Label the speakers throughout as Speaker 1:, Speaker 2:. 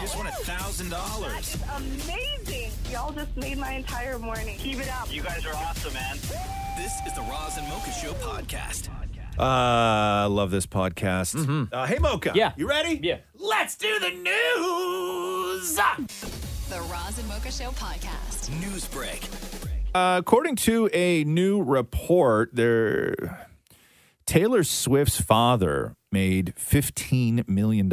Speaker 1: just won a thousand dollars.
Speaker 2: Amazing. Y'all just made my entire morning. Keep it up.
Speaker 3: You guys are awesome, man.
Speaker 1: This is the Roz and Mocha Show podcast.
Speaker 4: I Uh, love this podcast. Uh, hey, Mocha.
Speaker 3: Yeah.
Speaker 4: You ready?
Speaker 3: Yeah.
Speaker 4: Let's do the news.
Speaker 5: the Roz and Mocha Show podcast.
Speaker 1: News break.
Speaker 4: Uh, according to a new report, there Taylor Swift's father made $15 million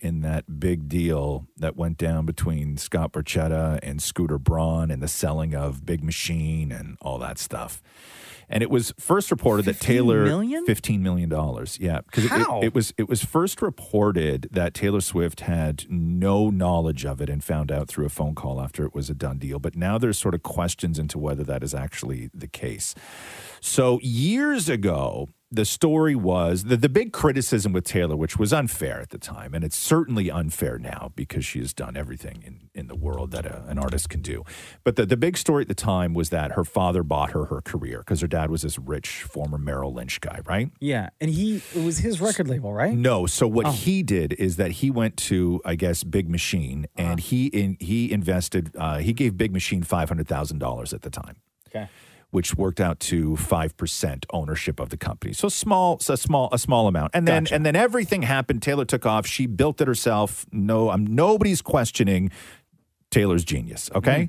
Speaker 4: in that big deal that went down between Scott Borchetta and Scooter Braun and the selling of Big Machine and all that stuff. And it was first reported that Taylor
Speaker 6: million?
Speaker 4: $15 million. Yeah. Because it,
Speaker 6: How?
Speaker 4: it, it was it was first reported that Taylor Swift had no knowledge of it and found out through a phone call after it was a done deal. But now there's sort of questions into whether that is actually the case. So years ago, the story was that the big criticism with Taylor, which was unfair at the time, and it's certainly unfair now because she has done everything in, in the world that a, an artist can do. But the, the big story at the time was that her father bought her her career because her dad was this rich former Merrill Lynch guy, right?
Speaker 7: Yeah, and he it was his record label, right?
Speaker 4: No. So what he did is that he went to, I guess, Big Machine, and he in, he invested. Uh, he gave Big Machine five hundred thousand dollars at the time,
Speaker 7: Okay.
Speaker 4: which worked out to five percent ownership of the company. So small, so small, a small amount. And then and then everything happened. Taylor took off. She built it herself. No, um, nobody's questioning Taylor's genius. Okay.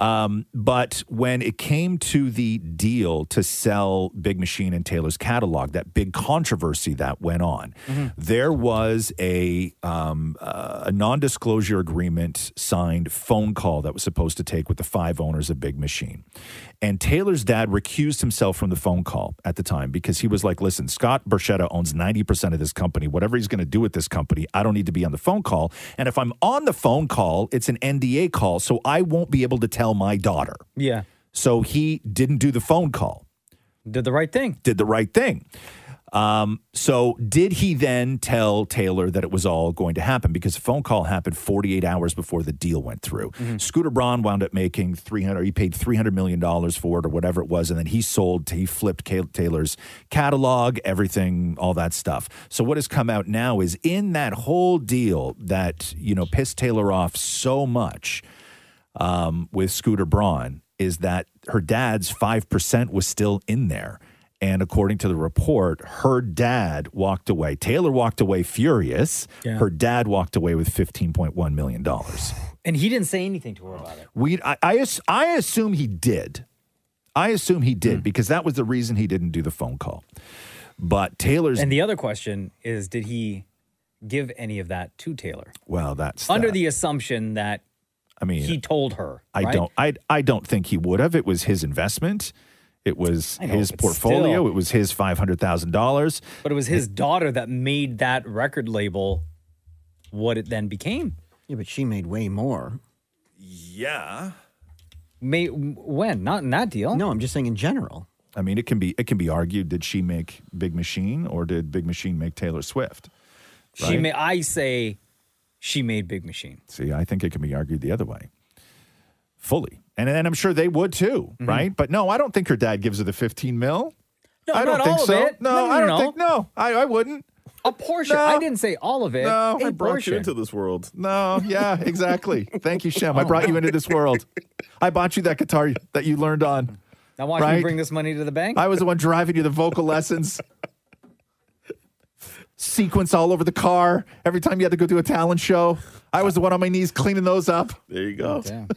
Speaker 4: Um, but when it came to the deal to sell Big Machine and Taylor's catalog, that big controversy that went on,
Speaker 8: Mm-hmm.
Speaker 4: there was a um, uh, a non-disclosure agreement signed phone call that was supposed to take with the five owners of Big Machine, and Taylor's dad recused himself from the phone call at the time because he was like, "Listen, Scott Borchetta owns ninety percent of this company. Whatever he's going to do with this company, I don't need to be on the phone call. And if I'm on the phone call, it's an NDA call, so I won't be able to tell my daughter."
Speaker 7: Yeah,
Speaker 4: So he didn't do the phone call,
Speaker 7: did the right thing.
Speaker 4: did the right thing. Um, so did he then tell Taylor that it was all going to happen? Because the phone call happened 48 hours before the deal went through.
Speaker 7: Mm-hmm.
Speaker 4: Scooter Braun wound up making 300, he paid $300 million for it or whatever it was. And then he sold, he flipped Ca- Taylor's catalog, everything, all that stuff. So what has come out now is in that whole deal that, you know, pissed Taylor off so much um, with Scooter Braun is that her dad's 5% was still in there. And according to the report, her dad walked away. Taylor walked away furious.
Speaker 7: Yeah.
Speaker 4: Her dad walked away with $15.1 million.
Speaker 7: And he didn't say anything to her about it.
Speaker 4: We, I, I, ass- I assume he did. I assume he
Speaker 7: Hmm.
Speaker 4: did because that was the reason he didn't do the phone call. But Taylor's,
Speaker 7: And the other question is, did he give any of that to Taylor
Speaker 4: well, that's
Speaker 7: under
Speaker 4: that.
Speaker 7: the assumption that
Speaker 4: I mean,
Speaker 7: he told her?
Speaker 4: I
Speaker 7: right?
Speaker 4: don't I I don't think he would have. It was his investment. It was
Speaker 7: I know,
Speaker 4: his
Speaker 7: but
Speaker 4: portfolio.
Speaker 7: still.
Speaker 4: It was his five hundred thousand dollars.
Speaker 7: But it was his daughter that made that record label what it then became.
Speaker 8: Yeah, but she made way more.
Speaker 4: Yeah.
Speaker 7: May when not in that deal.
Speaker 8: No, I'm just saying in general.
Speaker 4: I mean, it can be it can be argued. Did she make Big Machine or did Big Machine make Taylor Swift?
Speaker 7: she
Speaker 4: right.
Speaker 7: may. I say she made Big Machine.
Speaker 4: See, I think it can be argued the other way. Fully. And, and I'm sure they would too,
Speaker 7: Mm-hmm.
Speaker 4: right? But no, I don't think her dad gives her the 15 mil.
Speaker 7: No,
Speaker 4: I don't
Speaker 7: not
Speaker 4: think
Speaker 7: all of
Speaker 4: so.
Speaker 7: it.
Speaker 4: No,
Speaker 7: No, no,
Speaker 4: I don't
Speaker 7: no.
Speaker 4: think no. I, I wouldn't.
Speaker 7: A portion.
Speaker 4: No.
Speaker 7: I didn't say all of it.
Speaker 4: No,
Speaker 7: a
Speaker 4: I brought
Speaker 7: portion.
Speaker 4: you into this world. No, yeah, exactly. Thank you,
Speaker 7: Oh,
Speaker 4: Shem. I brought you into this world. I bought you that guitar that you learned on.
Speaker 7: now watch
Speaker 4: right?
Speaker 7: me bring this money to the bank.
Speaker 4: I was the one driving you the vocal lessons. Sequence all over the car. Every time you had to go do a talent show, I was the one on my knees cleaning those up. There you go.
Speaker 7: Damn.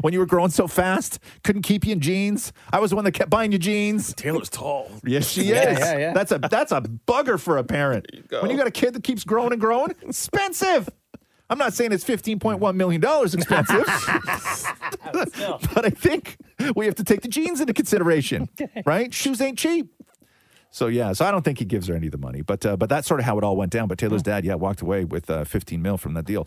Speaker 4: When you were growing so fast, couldn't keep you in jeans. I was the one that kept buying you jeans.
Speaker 9: Taylor's tall.
Speaker 4: Yes, she
Speaker 7: Yeah,
Speaker 4: is.
Speaker 7: yeah, yeah.
Speaker 4: That's a that's a bugger for a parent.
Speaker 9: go.
Speaker 4: When you got a kid that keeps growing and growing, expensive. I'm not saying it's 15.1 million dollars expensive,
Speaker 7: Oh,
Speaker 4: but I think we have to take the jeans into consideration, right? Shoes ain't cheap. So yeah, so I don't think he gives her any of the money, but uh, but that's sort of how it all went down. But
Speaker 7: Mm.
Speaker 4: Taylor's dad, yeah, walked away with uh, 15 mil from that deal.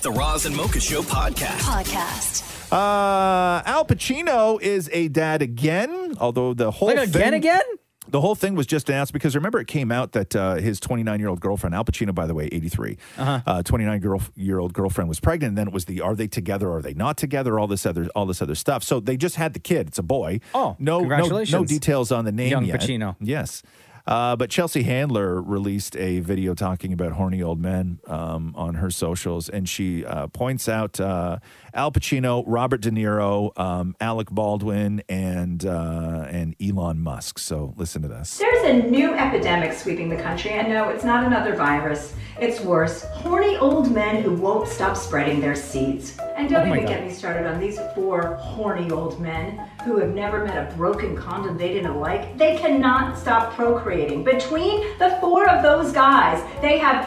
Speaker 1: The Roz and Mocha Show podcast.
Speaker 5: Podcast.
Speaker 4: Uh, Al Pacino is a dad again, although the whole
Speaker 7: Like
Speaker 4: thing,
Speaker 7: again, again?
Speaker 4: the whole thing was just announced because remember it came out that uh, his 29 year old girlfriend Al Pacino by the way 83
Speaker 7: Uh-huh.
Speaker 4: uh 29 girl, year old girlfriend was pregnant and then it was the are they together are they not together all this other all this other stuff so they just had the kid it's a boy
Speaker 7: Oh,
Speaker 4: no no, no
Speaker 7: congratulations.
Speaker 4: details on the name
Speaker 7: Young
Speaker 4: yet.
Speaker 7: Pacino.
Speaker 4: yes uh, but Chelsea Handler released a video talking about horny old men um, on her socials, and she uh, points out uh, Al Pacino, Robert De Niro, um, Alec Baldwin, and uh, and Elon Musk. So listen to this.
Speaker 9: There's a new epidemic sweeping the country, and no, it's not another virus. It's worse. Horny old men who won't stop spreading their seeds. And don't
Speaker 7: Oh my
Speaker 9: even
Speaker 7: God.
Speaker 9: get me started on these four horny old men who have never met a broken condom they didn't like. They cannot stop procreating. Between the four of those guys, they have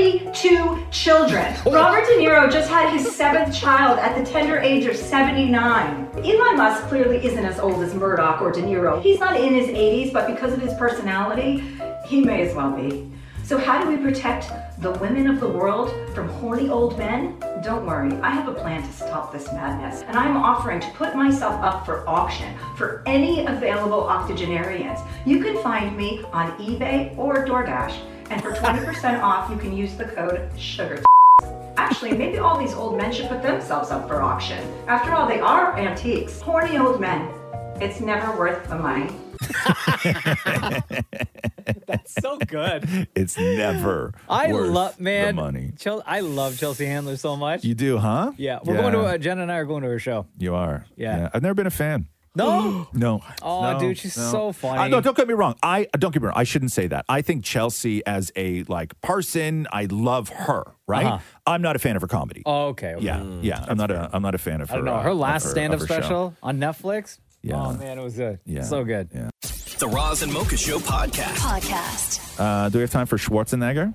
Speaker 9: 32 children. Robert De Niro just had his seventh child at the tender age of 79. Elon Musk clearly isn't as old as Murdoch or De Niro. He's not in his 80s, but because of his personality, he may as well be. So, how do we protect the women of the world from horny old men? Don't worry, I have a plan to stop this madness, and I'm offering to put myself up for auction for any available octogenarians. You can find me on eBay or DoorDash, and for 20% off, you can use the code SUGAR. Actually, maybe all these old men should put themselves up for auction. After all, they are antiques. Horny old men. It's never worth the money.
Speaker 7: So good.
Speaker 4: It's never.
Speaker 7: I
Speaker 4: worth
Speaker 7: love man.
Speaker 4: the money.
Speaker 7: Chel- I love Chelsea Handler so much.
Speaker 4: You do, huh?
Speaker 7: yeah, we're going to uh, Jen and I are going to her show.
Speaker 4: you are.
Speaker 7: Yeah.
Speaker 4: I've never been a fan.
Speaker 7: No,
Speaker 4: No.
Speaker 7: Oh,
Speaker 4: No,
Speaker 7: dude, she's
Speaker 4: no.
Speaker 7: so funny.
Speaker 4: Uh, no, don't get me wrong. I don't get me wrong. I shouldn't say that. I think Chelsea as a like person, I love her. Right.
Speaker 7: Uh-huh.
Speaker 4: I'm not a fan of her comedy.
Speaker 7: oh, okay. okay.
Speaker 4: yeah, yeah. I'm not a. I'm not a fan of her.
Speaker 7: I don't know.
Speaker 4: uh,
Speaker 7: Her
Speaker 4: of
Speaker 7: last
Speaker 4: of
Speaker 7: stand-up
Speaker 4: her show.
Speaker 7: special on Netflix.
Speaker 4: Yeah.
Speaker 7: Oh man, it was good.
Speaker 4: Yeah.
Speaker 7: So good.
Speaker 4: Yeah.
Speaker 1: The Roz and Mocha Show podcast.
Speaker 5: Podcast.
Speaker 4: Uh, do we have time for Schwarzenegger?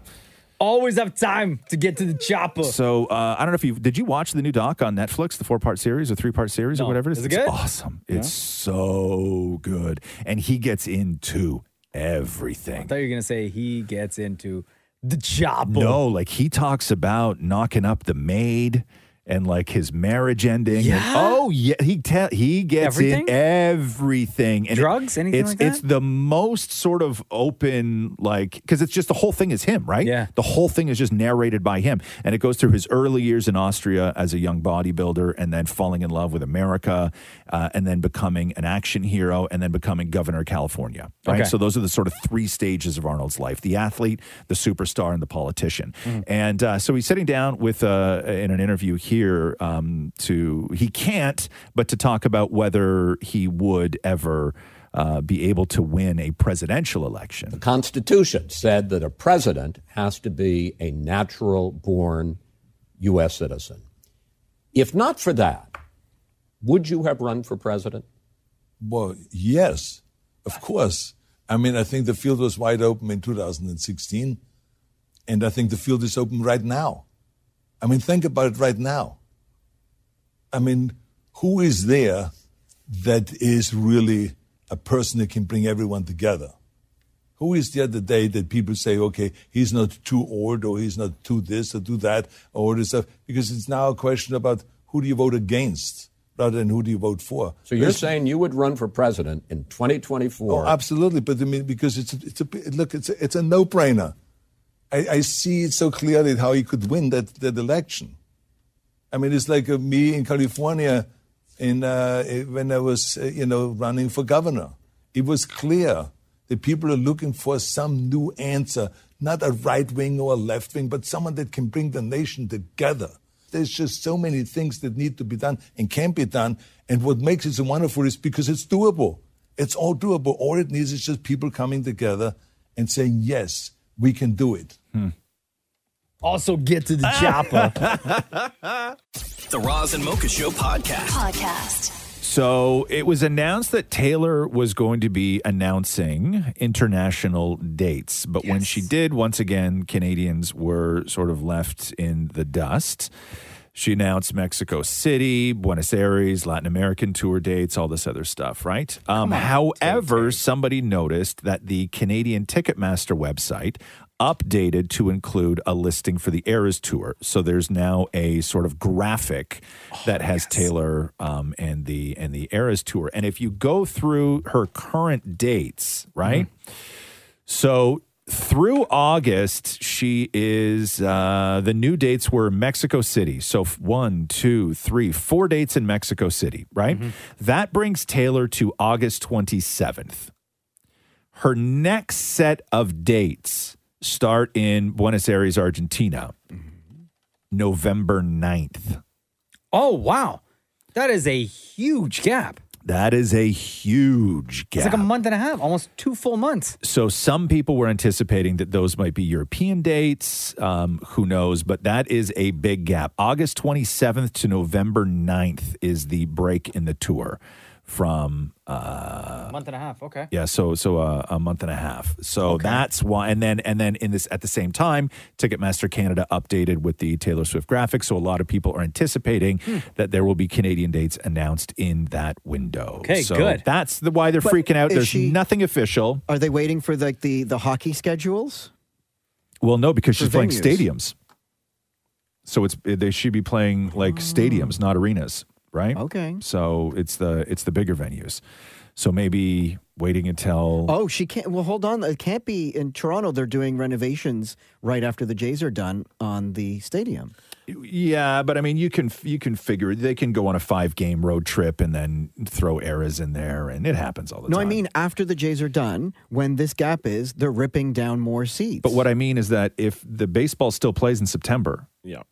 Speaker 7: Always have time to get to the chopper.
Speaker 4: So uh, I don't know if you did you watch the new doc on Netflix, the four part series or three part series or
Speaker 7: No.
Speaker 4: whatever it is.
Speaker 7: Is it
Speaker 4: It's
Speaker 7: good?
Speaker 4: awesome. It's so Oh, good, and he gets into everything.
Speaker 7: I thought you were gonna say he gets into the chopper.
Speaker 4: No, like he talks about knocking up the maid and like his marriage ending. and-
Speaker 7: Yeah?
Speaker 4: oh yeah, he te- he gets
Speaker 7: Everything?
Speaker 4: in everything. And it-
Speaker 7: Drugs? Anything
Speaker 4: it's,
Speaker 7: like that?
Speaker 4: It's the most sort of open, like because it's just the whole thing is him, right?
Speaker 7: Yeah.
Speaker 4: The whole thing is just narrated by him, and it goes through his early years in Austria as a young bodybuilder, and then falling in love with America, uh, and then becoming an action hero, and then becoming governor of California. Right.
Speaker 7: Okay.
Speaker 4: So those are the sort of three stages of Arnold's life the athlete, the superstar, and the politician. And uh, so he's sitting down with, uh, in an interview here, um, to, he can't, but to talk about whether he would ever uh, be able to win a presidential election.
Speaker 6: Constitution said that a president has to be a natural born U.S. citizen. If not for that, would you have run for president?
Speaker 10: Well, yes, of course. I mean, I think the field was wide open in 2016, and I think the field is open right now. I mean, think about it right now. I mean, who is there that is really a person that can bring everyone together? Who is there today that people say, okay, he's not too old or he's not too this or too that or all this stuff? Because it's now a question about who do you vote against rather than who do you vote for.
Speaker 6: So you're
Speaker 10: There's-
Speaker 6: saying you would run for president in 2024?
Speaker 10: Oh, absolutely. But I mean, because it's a, it's a look, it's a, it's a no-brainer. I, I see it so clearly how he could win that, that election. I mean, it's like uh, me in California in, uh, eh, when I was, uh, you know, running for governor. It was clear that people are looking for some new answer, not a right wing or a left wing, but someone that can bring the nation together. There's just so many things that need to be done and can be done. And what makes it so wonderful is because it's doable. It's all doable. All it needs is just people coming together and saying, yes, we can do it.
Speaker 7: Hmm. Also get to the chopper.
Speaker 1: Mm-hmm. The Roz and Mocha Show podcast.
Speaker 5: Podcast.
Speaker 4: So it was announced that Taylor was going to be announcing international dates. But when she did, once again, Canadians were sort of left in the dust. She announced Mexico City, Buenos Aires, Latin American tour dates, all this other stuff, right? Um, however, somebody noticed that the Canadian Ticketmaster website updated to include a listing for the Eras tour. So there's now a sort of graphic that has Taylor um, and the and the Eras tour. And if you go through her current dates, right? So through August, she is uh, the new dates were Mexico City. So f- one, two, three, four dates in Mexico City, right? That brings Taylor to August 27th. Her next set of dates start in Buenos Aires, Argentina, November 9th.
Speaker 7: Oh, wow. That is a huge gap.
Speaker 4: That is a huge gap.
Speaker 7: It's like a month and a half, almost two full months.
Speaker 4: So some people were anticipating that those might be European dates. Um, who knows? But that is a big gap. August 27th to November 9th is the break in the tour from uh,
Speaker 7: month and a half. Okay.
Speaker 4: yeah, so so uh, a, a month and a half. So that's why, and then and then in this at the same time, Ticketmaster Canada updated with the Taylor Swift graphics. So a lot of people are anticipating
Speaker 8: Hmm.
Speaker 4: that there will be Canadian dates announced in that window.
Speaker 8: Okay,
Speaker 4: so
Speaker 8: good.
Speaker 4: That's the why they're
Speaker 8: But
Speaker 4: freaking out.
Speaker 8: is
Speaker 4: There's
Speaker 8: she-
Speaker 4: nothing official.
Speaker 8: Are they waiting for like the, the hockey schedules?
Speaker 4: Well, no, because
Speaker 8: For
Speaker 4: she's playing
Speaker 8: venues.
Speaker 4: stadiums. So it's eh, they should be playing like stadiums, not arenas, right?
Speaker 8: Oh. Okay.
Speaker 4: So it's the it's the bigger venues. So maybe waiting until
Speaker 8: Oh, she can't. Well, hold on. It can't be in Toronto. They're doing renovations right after the Jays are done on the stadium.
Speaker 4: Yeah, but I mean, you can you can figure they can go on a five game road trip and then throw eras in there, and it happens all the
Speaker 8: No, I
Speaker 4: time.
Speaker 8: mean after the Jays are done. When this gap is, they're ripping down more seats.
Speaker 4: But what I mean is that if the baseball still plays in September,
Speaker 8: Yeah.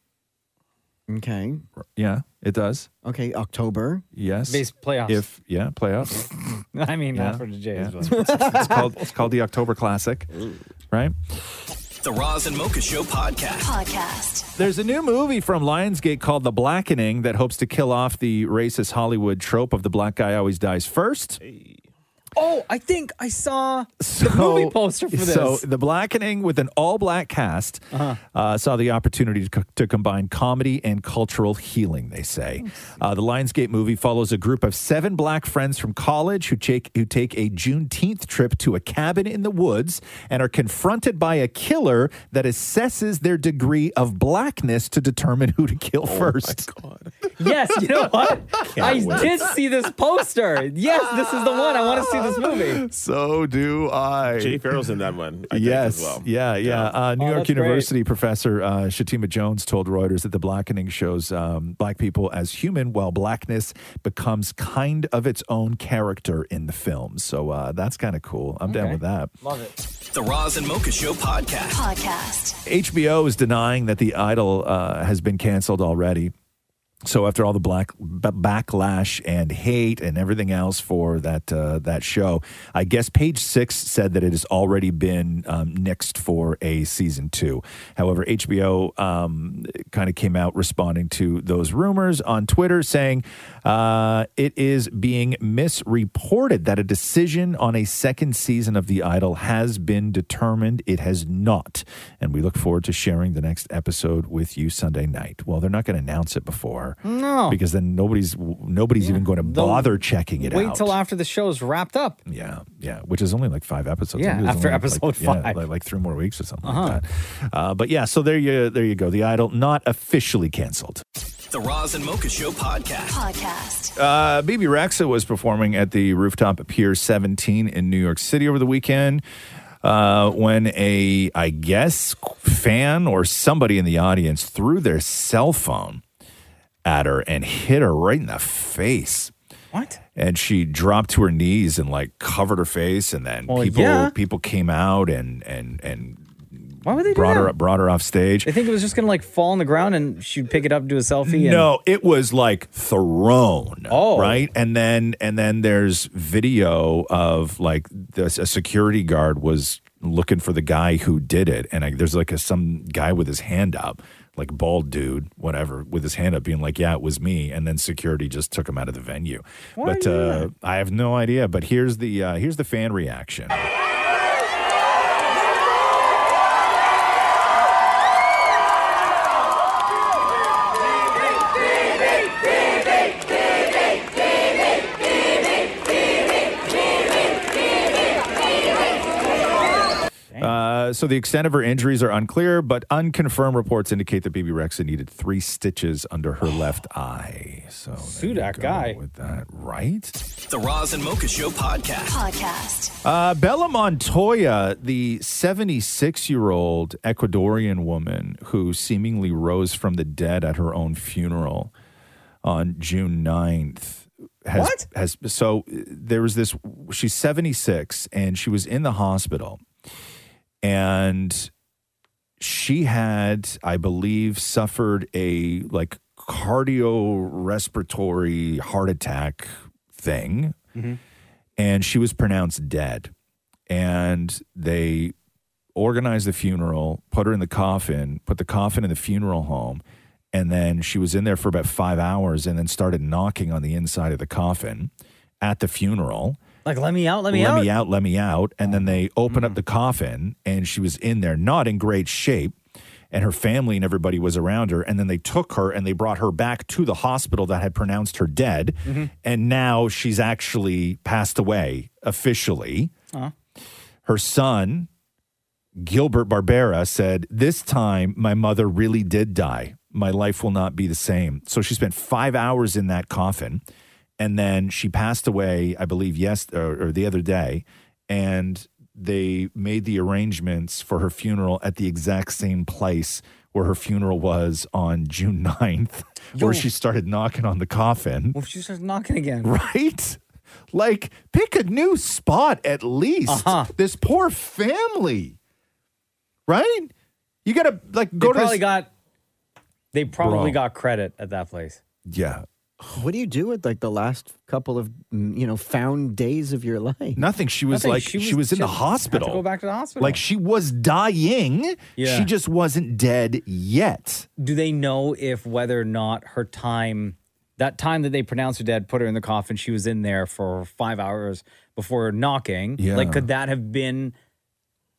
Speaker 8: Okay.
Speaker 4: yeah, it does.
Speaker 8: Okay. October.
Speaker 4: Yes,
Speaker 8: Base- playoffs.
Speaker 4: If yeah, playoffs.
Speaker 7: I mean,
Speaker 4: Yeah,
Speaker 7: not for the Jays.
Speaker 4: yeah.
Speaker 7: but-
Speaker 4: it's, it's called it's called the October Classic, right?
Speaker 1: The Roz and Mocha Show podcast.
Speaker 11: Podcast.
Speaker 4: There's a new movie from Lionsgate called The Blackening that hopes to kill off the racist Hollywood trope of the black guy always dies first.
Speaker 7: Oh, I think I saw
Speaker 4: So,
Speaker 7: the movie poster for this. Uh-huh.
Speaker 4: So the blackening with an all-black cast uh saw the opportunity to, co- to combine comedy and cultural healing. They
Speaker 7: Oh,
Speaker 4: say uh, the Lionsgate movie follows a group of seven black friends from college who take who take a Juneteenth trip to a cabin in the woods and are confronted by a killer that assesses their degree of blackness to determine who to kill first.
Speaker 7: yes, you know what? I
Speaker 4: wait.
Speaker 7: did see this poster. Yes, this is the one. I want to see this movie.
Speaker 4: So do I.
Speaker 12: Jay Farrell's in that one. I
Speaker 4: yes.
Speaker 12: Think, as well.
Speaker 4: Yeah, yeah. Uh, New
Speaker 12: Oh,
Speaker 4: York
Speaker 12: that's great.
Speaker 4: University professor uh, Shatima Jones told Reuters that the blackening shows um, black people as human, while blackness becomes kind of its own character in the film. So uh, that's kind of cool. I'm down with that.
Speaker 7: Love it.
Speaker 1: The Roz and Mocha Show podcast.
Speaker 11: Podcast.
Speaker 4: HBO is denying that the Idol uh, has been canceled already. So after all the black b- backlash and hate and everything else for that uh, that show, I guess Page Six said that it has already been um, nixed for a season two. However, HBO um, kind of came out responding to those rumors on Twitter, saying uh, it is being misreported that a decision on a second season of The Idol has been determined. It has not, and we look forward to sharing the next episode with you Sunday night. Well, they're not going to announce it before.
Speaker 7: No.
Speaker 4: Because then nobody's nobody's even going to bother checking it
Speaker 7: Wait
Speaker 4: out.
Speaker 7: till after the show's wrapped up.
Speaker 4: yeah, yeah, which is only like five episodes.
Speaker 7: Yeah,
Speaker 4: I think it was
Speaker 7: after
Speaker 4: only,
Speaker 7: episode
Speaker 4: like, yeah,
Speaker 7: five. Uh-huh.
Speaker 4: like, like three more weeks or something like that. Uh, but yeah, so there you there you go. The Idol not officially canceled.
Speaker 1: The Roz and Mocha Show podcast.
Speaker 11: Podcast.
Speaker 4: Uh, BB Rexa was performing at the rooftop at Pier 17 in New York City over the weekend uh, when a, I guess, fan or somebody in the audience threw their cell phone at her and hit her right in the face.
Speaker 7: What?
Speaker 4: And she dropped to her knees and like covered her face, and then
Speaker 7: Well,
Speaker 4: people
Speaker 7: Oh, yeah.
Speaker 4: people came out and and and
Speaker 7: Why would they do
Speaker 4: brought
Speaker 7: that?
Speaker 4: her up, brought her off stage.
Speaker 7: They think it was just gonna like fall on the ground and she'd pick it up, do a selfie. And,
Speaker 4: No, it was like thrown.
Speaker 7: Oh.
Speaker 4: right. And then and then there's video of like this, a security guard was looking for the guy who did it, and I, there's like a, some guy with his hand up, like bald dude, whatever, with his hand up, being like, "Yeah, it was me." And then security just took him out of the venue.
Speaker 7: Why
Speaker 4: but
Speaker 7: do
Speaker 4: uh, I have no idea. But here's the uh, here's the fan reaction.
Speaker 13: Hey,
Speaker 4: Uh, so the extent of her injuries are unclear, but unconfirmed reports indicate that BB Rexa needed three stitches under her left eye. So
Speaker 7: Sudak guy.
Speaker 4: With that, right?
Speaker 1: The Roz and Mocha Show podcast.
Speaker 11: Podcast.
Speaker 4: Uh, Bella Montoya, the 76 year old Ecuadorian woman who seemingly rose from the dead at her own funeral on June 9th. Has,
Speaker 7: What?
Speaker 4: Has, so uh, there was this, she's 76 and she was in the hospital and she had, I believe, suffered a like cardiorespiratory heart attack thing
Speaker 8: Mm-hmm.
Speaker 4: and she was pronounced dead. And they organized the funeral, put her in the coffin, put the coffin in the funeral home, and then she was in there for about five hours and then started knocking on the inside of the coffin at the funeral.
Speaker 7: Like, let me out, let me out.
Speaker 4: Let me out, let me out. And then they opened up the coffin and she was in there, not in great shape. And her family and everybody was around her. And then they took her and they brought her back to the hospital that had pronounced her dead. And now she's actually passed away officially.
Speaker 7: Aw.
Speaker 4: Her son, Gilbert Barbera, said, This time my mother really did die. My life will not be the same. So she spent five hours in that coffin and then she passed away, I believe, yes or, or the other day, and they made the arrangements for her funeral at the exact same place where her funeral was on June 9th, where she started knocking on the coffin.
Speaker 7: Well, she starts knocking again.
Speaker 4: Right? Like, pick a new spot at least.
Speaker 7: Uh-huh.
Speaker 4: This poor family, right? You gotta like
Speaker 7: They
Speaker 4: go to
Speaker 7: probably
Speaker 4: this-
Speaker 7: got. They probably
Speaker 4: Bro.
Speaker 7: got credit at that place.
Speaker 4: yeah.
Speaker 8: What do you do with like the last couple of mm, you know found days of your life?
Speaker 4: Nothing. She was
Speaker 7: Nothing.
Speaker 4: like she
Speaker 7: She
Speaker 4: was,
Speaker 7: was
Speaker 4: in the
Speaker 7: just- had to go
Speaker 4: hospital.
Speaker 7: back to the hospital.
Speaker 4: Like she was dying.
Speaker 7: Yeah.
Speaker 4: She just wasn't dead yet.
Speaker 7: Do they know if whether or not her time, that time that they pronounced her dead, put her in the coffin, she was in there for five hours before knocking?
Speaker 4: Yeah.
Speaker 7: Like, could that have been,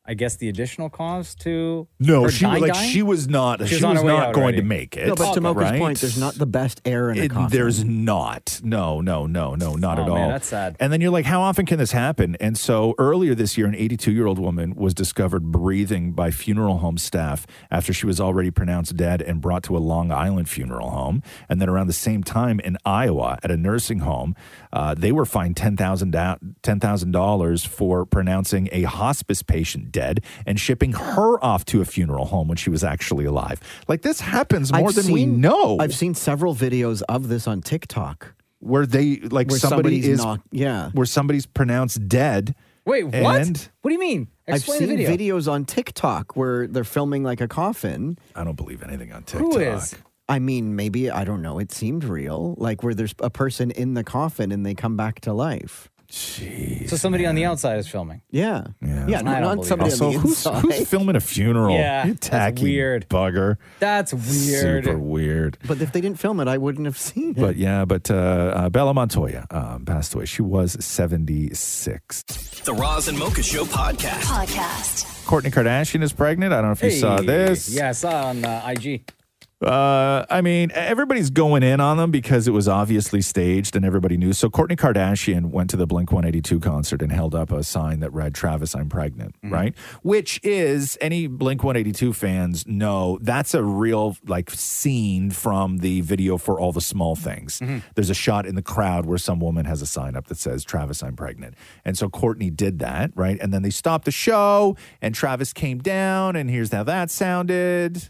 Speaker 7: I guess, the additional cause to
Speaker 4: No,
Speaker 7: her
Speaker 4: she
Speaker 7: dying,
Speaker 4: like
Speaker 7: dying?
Speaker 4: she was not.
Speaker 7: She
Speaker 4: she
Speaker 7: was on
Speaker 4: was
Speaker 7: her way
Speaker 4: not
Speaker 7: out
Speaker 4: going
Speaker 7: already.
Speaker 4: to make it.
Speaker 8: no, but to Mocha's
Speaker 4: right?
Speaker 8: point, there's not the best air in a
Speaker 4: It-
Speaker 8: coffin.
Speaker 4: there's not. No, no, no, no, not
Speaker 7: Oh,
Speaker 4: at all.
Speaker 7: man, that's sad.
Speaker 4: And then you're like, how often can this happen? And so earlier this year, an 82 year old woman was discovered breathing by funeral home staff after she was already pronounced dead and brought to a Long Island funeral home. And then around the same time in Iowa at a nursing home, uh, they were fined $10,000 da- $10,000 for pronouncing a hospice patient dead and shipping her off to a funeral home when she was actually alive. Like this happens more
Speaker 8: I've
Speaker 4: than we
Speaker 8: seen-
Speaker 4: know
Speaker 8: I've seen several videos of this on TikTok.
Speaker 4: where they like
Speaker 8: Where
Speaker 4: somebody
Speaker 8: somebody's
Speaker 4: is
Speaker 8: knock- yeah.
Speaker 4: where somebody's pronounced dead.
Speaker 7: Wait, what?
Speaker 4: And-
Speaker 7: what do you mean? Explain
Speaker 8: I've seen
Speaker 7: the video.
Speaker 8: videos on TikTok where they're filming like a coffin.
Speaker 4: I don't believe anything on TikTok.
Speaker 7: Who is?
Speaker 8: I mean, maybe I don't know. It seemed real, like where there's a person in the coffin and they come back to life.
Speaker 7: So somebody on the outside is filming.
Speaker 8: Yeah,
Speaker 4: Yeah.
Speaker 8: yeah.
Speaker 7: I
Speaker 8: Not,
Speaker 7: don't
Speaker 8: not
Speaker 7: believe
Speaker 8: somebody
Speaker 4: Also,
Speaker 8: on the
Speaker 4: who's,
Speaker 8: inside.
Speaker 4: who's filming a funeral?
Speaker 7: Yeah,
Speaker 4: you
Speaker 7: that's
Speaker 4: tacky
Speaker 7: weird.
Speaker 4: bugger.
Speaker 7: That's weird.
Speaker 4: Super weird.
Speaker 8: but if they didn't film it, I wouldn't have seen it.
Speaker 4: But yeah, but uh, uh, Bella Montoya um, passed away. She was 76.
Speaker 1: The Roz and Mocha Show podcast.
Speaker 11: Podcast.
Speaker 4: Courtney Kardashian is pregnant. I don't know if you saw
Speaker 7: Hey.
Speaker 4: this.
Speaker 7: Yeah, I saw it on uh, IG.
Speaker 4: Uh, I mean, everybody's going in on them because it was obviously staged and everybody knew. So Courtney Kardashian went to the Blink 182 concert and held up a sign that read, Travis, I'm pregnant, right? Which is, any Blink 182 fans know that's a real like scene from the video for All the Small Things. There's a shot in the crowd where some woman has a sign up that says, Travis, I'm pregnant. And so Courtney did that, right? And then they stopped the show and Travis came down and here's how that sounded.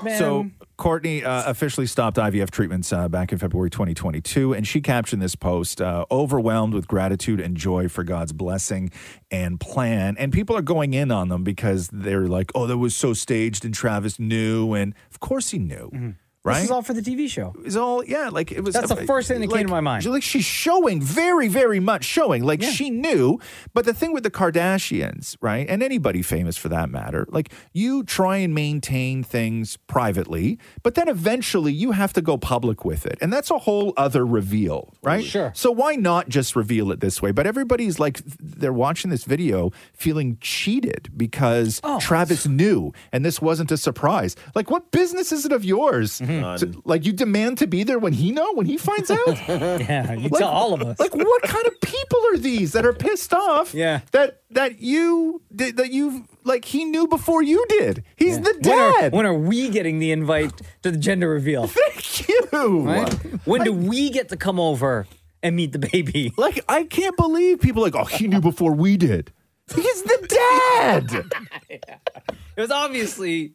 Speaker 7: Man.
Speaker 4: So Courtney uh, officially stopped IVF treatments uh, back in February 2022, and she captioned this post: uh, "Overwhelmed with gratitude and joy for God's blessing and plan." And people are going in on them because they're like, "Oh, that was so staged, and Travis knew." And of course, he knew. right?
Speaker 7: Mm-hmm. This is all for the TV show.
Speaker 4: It's all yeah, like it was. uh,
Speaker 7: That's the first thing that
Speaker 4: like,
Speaker 7: came to my mind.
Speaker 4: Like she's showing very, very much showing. Like she knew. But the thing with the Kardashians, right, and anybody famous for that matter, like you try and maintain things privately, but then eventually you have to go public with it, and that's a whole other reveal, right? Sure. So why not just reveal it this way? But everybody's like they're watching this video feeling cheated because
Speaker 7: Oh.
Speaker 4: Travis knew, and this wasn't a surprise. Like what business is it of yours?
Speaker 12: Mhm.
Speaker 7: Mm-hmm.
Speaker 4: to- like you demand to be there when he know when he finds out.
Speaker 7: yeah, you
Speaker 4: Like-
Speaker 7: tell all of us.
Speaker 4: Like what kind of people are these that are pissed off? Yeah, that that you did that you like he knew before you did. He's the
Speaker 7: When are-
Speaker 4: dad.
Speaker 7: When are, we getting the invite to the gender reveal?
Speaker 4: Thank you.
Speaker 7: Right? When do we get to come over and meet the baby?
Speaker 4: Like I can't believe people are like oh he knew before we did. He's the dad.
Speaker 7: It was obviously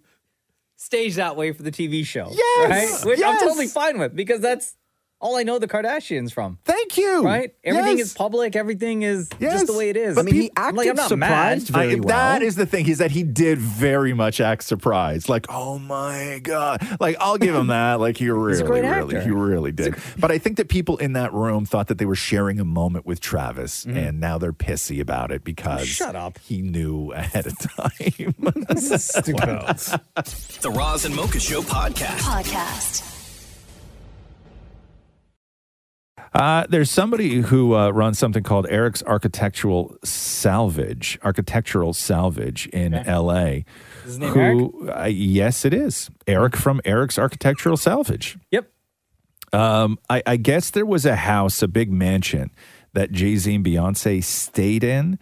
Speaker 7: staged that way for the TV show.
Speaker 4: Yes!
Speaker 7: Right? Which
Speaker 4: Yes!
Speaker 7: I'm totally fine with because that's all I know the Kardashians from.
Speaker 4: Thank you.
Speaker 7: Right? Everything
Speaker 4: Yes.
Speaker 7: is public. Everything is
Speaker 4: Yes.
Speaker 7: just the way it is.
Speaker 4: But I mean, he
Speaker 7: I'm like, I'm not mad.
Speaker 4: I- That is the thing is that he did very much act surprised. Like, oh my god! Like, I'll give him that. Like, he
Speaker 7: He's a
Speaker 4: really,
Speaker 7: great
Speaker 4: really,
Speaker 7: actor.
Speaker 4: he really did. But I think that people in that room thought that they were sharing a moment with Travis,
Speaker 7: Mm.
Speaker 4: and now they're pissy about it because
Speaker 1: Shut
Speaker 4: up. He knew ahead of time.
Speaker 1: Stupid. The Roz and Mocha Show podcast.
Speaker 11: Podcast.
Speaker 4: Uh, there's somebody who uh, runs something called Eric's Architectural Salvage, Architectural Salvage in L.A.
Speaker 7: Is his name
Speaker 4: who, Uh, yes, it is Eric from Eric's Architectural Salvage.
Speaker 7: Yep.
Speaker 4: Um, I, I guess there was a house, a big mansion that Jay Z and Beyonce stayed in.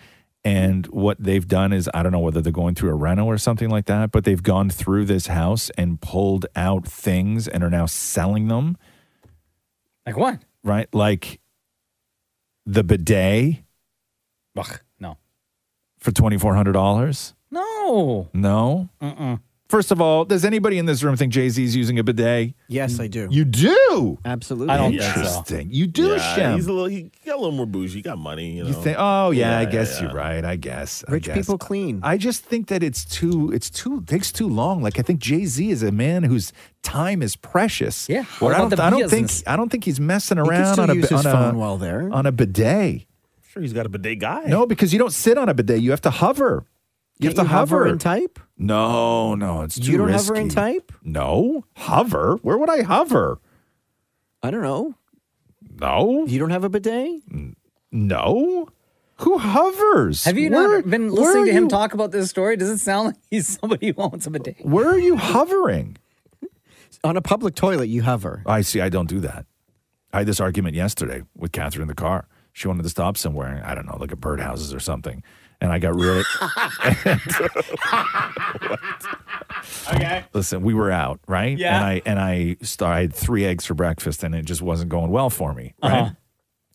Speaker 4: And what they've done is, I don't know whether they're going through a reno or something like that, but they've gone through this house and pulled out things and are now selling them
Speaker 7: Like what?
Speaker 4: right? Like the bidet
Speaker 7: Ugh, no.
Speaker 4: for twenty four hundred dollars.
Speaker 7: No.
Speaker 4: No.
Speaker 7: Mm-mm.
Speaker 4: First of all, does anybody in this room think Jay Z is using a bidet?
Speaker 8: Yes, I do.
Speaker 4: You do.
Speaker 8: Absolutely.
Speaker 4: Interesting. You do,
Speaker 12: yeah,
Speaker 4: Shem.
Speaker 12: He's a little. He got a little more bougie. He got money. You, know?
Speaker 4: You think? Oh yeah, I guess
Speaker 12: yeah.
Speaker 4: you're right. I guess I
Speaker 12: Rich
Speaker 4: guess.
Speaker 12: people
Speaker 8: clean.
Speaker 4: I just think that it's too. It's too takes too long. Like I think Jay Z is a man whose time is precious. Yeah.
Speaker 8: What
Speaker 4: I
Speaker 8: about
Speaker 4: don't.
Speaker 8: the
Speaker 4: I don't think.
Speaker 8: business?
Speaker 4: I don't think he's messing
Speaker 8: He can
Speaker 4: around
Speaker 8: still
Speaker 4: on a
Speaker 8: use
Speaker 4: bi-
Speaker 8: his
Speaker 4: on a
Speaker 8: phone while there.
Speaker 4: on a bidet.
Speaker 12: I'm sure he's got a bidet guy.
Speaker 4: No, because you don't sit on a bidet. You have to hover. You have
Speaker 8: Can't
Speaker 4: to
Speaker 8: you hover and type?
Speaker 4: No, no, it's too
Speaker 8: You don't hover and
Speaker 4: risky.
Speaker 8: type?
Speaker 4: No, hover. Where would I hover?
Speaker 8: I don't know.
Speaker 4: No,
Speaker 8: you don't have a bidet.
Speaker 4: No, who hovers?
Speaker 7: Have you
Speaker 4: Where-
Speaker 7: not been
Speaker 4: where
Speaker 7: listening to
Speaker 4: are
Speaker 7: him
Speaker 4: you-
Speaker 7: talk about this story? Does it sound like he's somebody who wants a bidet?
Speaker 4: Where are you hovering?
Speaker 8: On a public toilet, you hover.
Speaker 4: I see. I don't do that. I had this argument yesterday with Catherine in the car. She wanted to stop somewhere. I don't know, like at birdhouses or something. And I got really.
Speaker 12: Okay.
Speaker 4: Listen, we were out, right?
Speaker 12: Yeah.
Speaker 4: And I and I star- I had three eggs for breakfast, and it just wasn't going well for me, right?
Speaker 14: Uh-huh.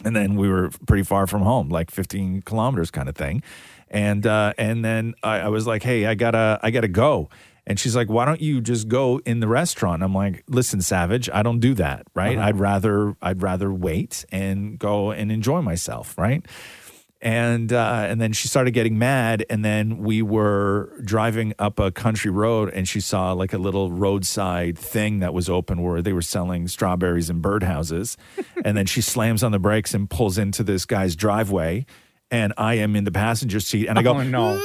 Speaker 4: And then we were pretty far from home, like 15 kilometers, kind of thing. And uh, and then I, I was like, hey, I gotta I gotta go. And she's like, why don't you just go in the restaurant? I'm like, listen, Savage, I don't do that, right? I'd rather I'd rather wait and go and enjoy myself, right? and uh, and then she started getting mad and then we were driving up a country road and she saw like a little roadside thing that was open where they were selling strawberries and birdhouses and then she slams on the brakes and pulls into this guy's driveway and I am in the passenger seat and I go
Speaker 7: Oh, no.
Speaker 4: no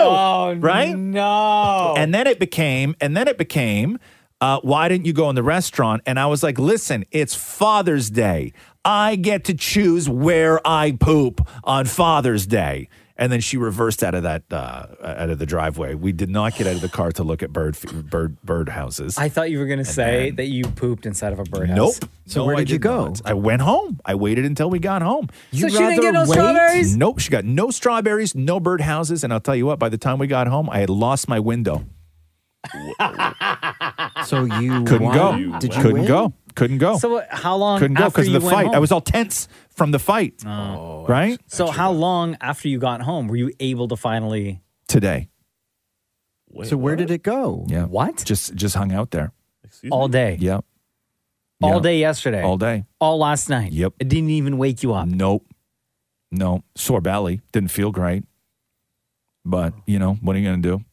Speaker 7: Oh,
Speaker 4: right
Speaker 7: no
Speaker 4: and then it became and then it became uh, why didn't you go in the restaurant and I was like listen it's Father's Day I get to choose where I poop on Father's Day and then she reversed out of that uh, out of the driveway we did not get out of the car to look at bird bird bird houses
Speaker 7: I thought you were going to say that you pooped inside of a birdhouse.
Speaker 4: Nope. No, I not. I went home. I waited until we got home.
Speaker 7: So she didn't get no strawberries?
Speaker 4: Nope. She got no strawberries, no birdhouses. And I'll tell you what, by the time we got home, I had lost my window.
Speaker 8: so you
Speaker 4: couldn't
Speaker 8: won?
Speaker 4: go.
Speaker 8: Did you
Speaker 4: couldn't
Speaker 8: win?
Speaker 4: go. Couldn't go.
Speaker 7: So what- how long
Speaker 4: Couldn't go
Speaker 7: after
Speaker 4: because of
Speaker 7: you
Speaker 4: the
Speaker 7: went
Speaker 4: fight.
Speaker 7: home? Oh.
Speaker 4: I was all tense from the fight.
Speaker 8: Oh,
Speaker 4: right?
Speaker 7: So how long after you got home were you able to finally?
Speaker 4: Today.
Speaker 8: so where did it go?
Speaker 4: Yeah.
Speaker 7: What?
Speaker 4: Just just hung out there.
Speaker 7: all day.
Speaker 4: Yep.
Speaker 7: All
Speaker 4: Yeah.
Speaker 7: day yesterday.
Speaker 4: All day.
Speaker 7: All last night.
Speaker 4: Yep.
Speaker 7: It didn't even wake you up.
Speaker 4: Nope. No. Sore belly. Didn't feel great. But you know, what are you going to do?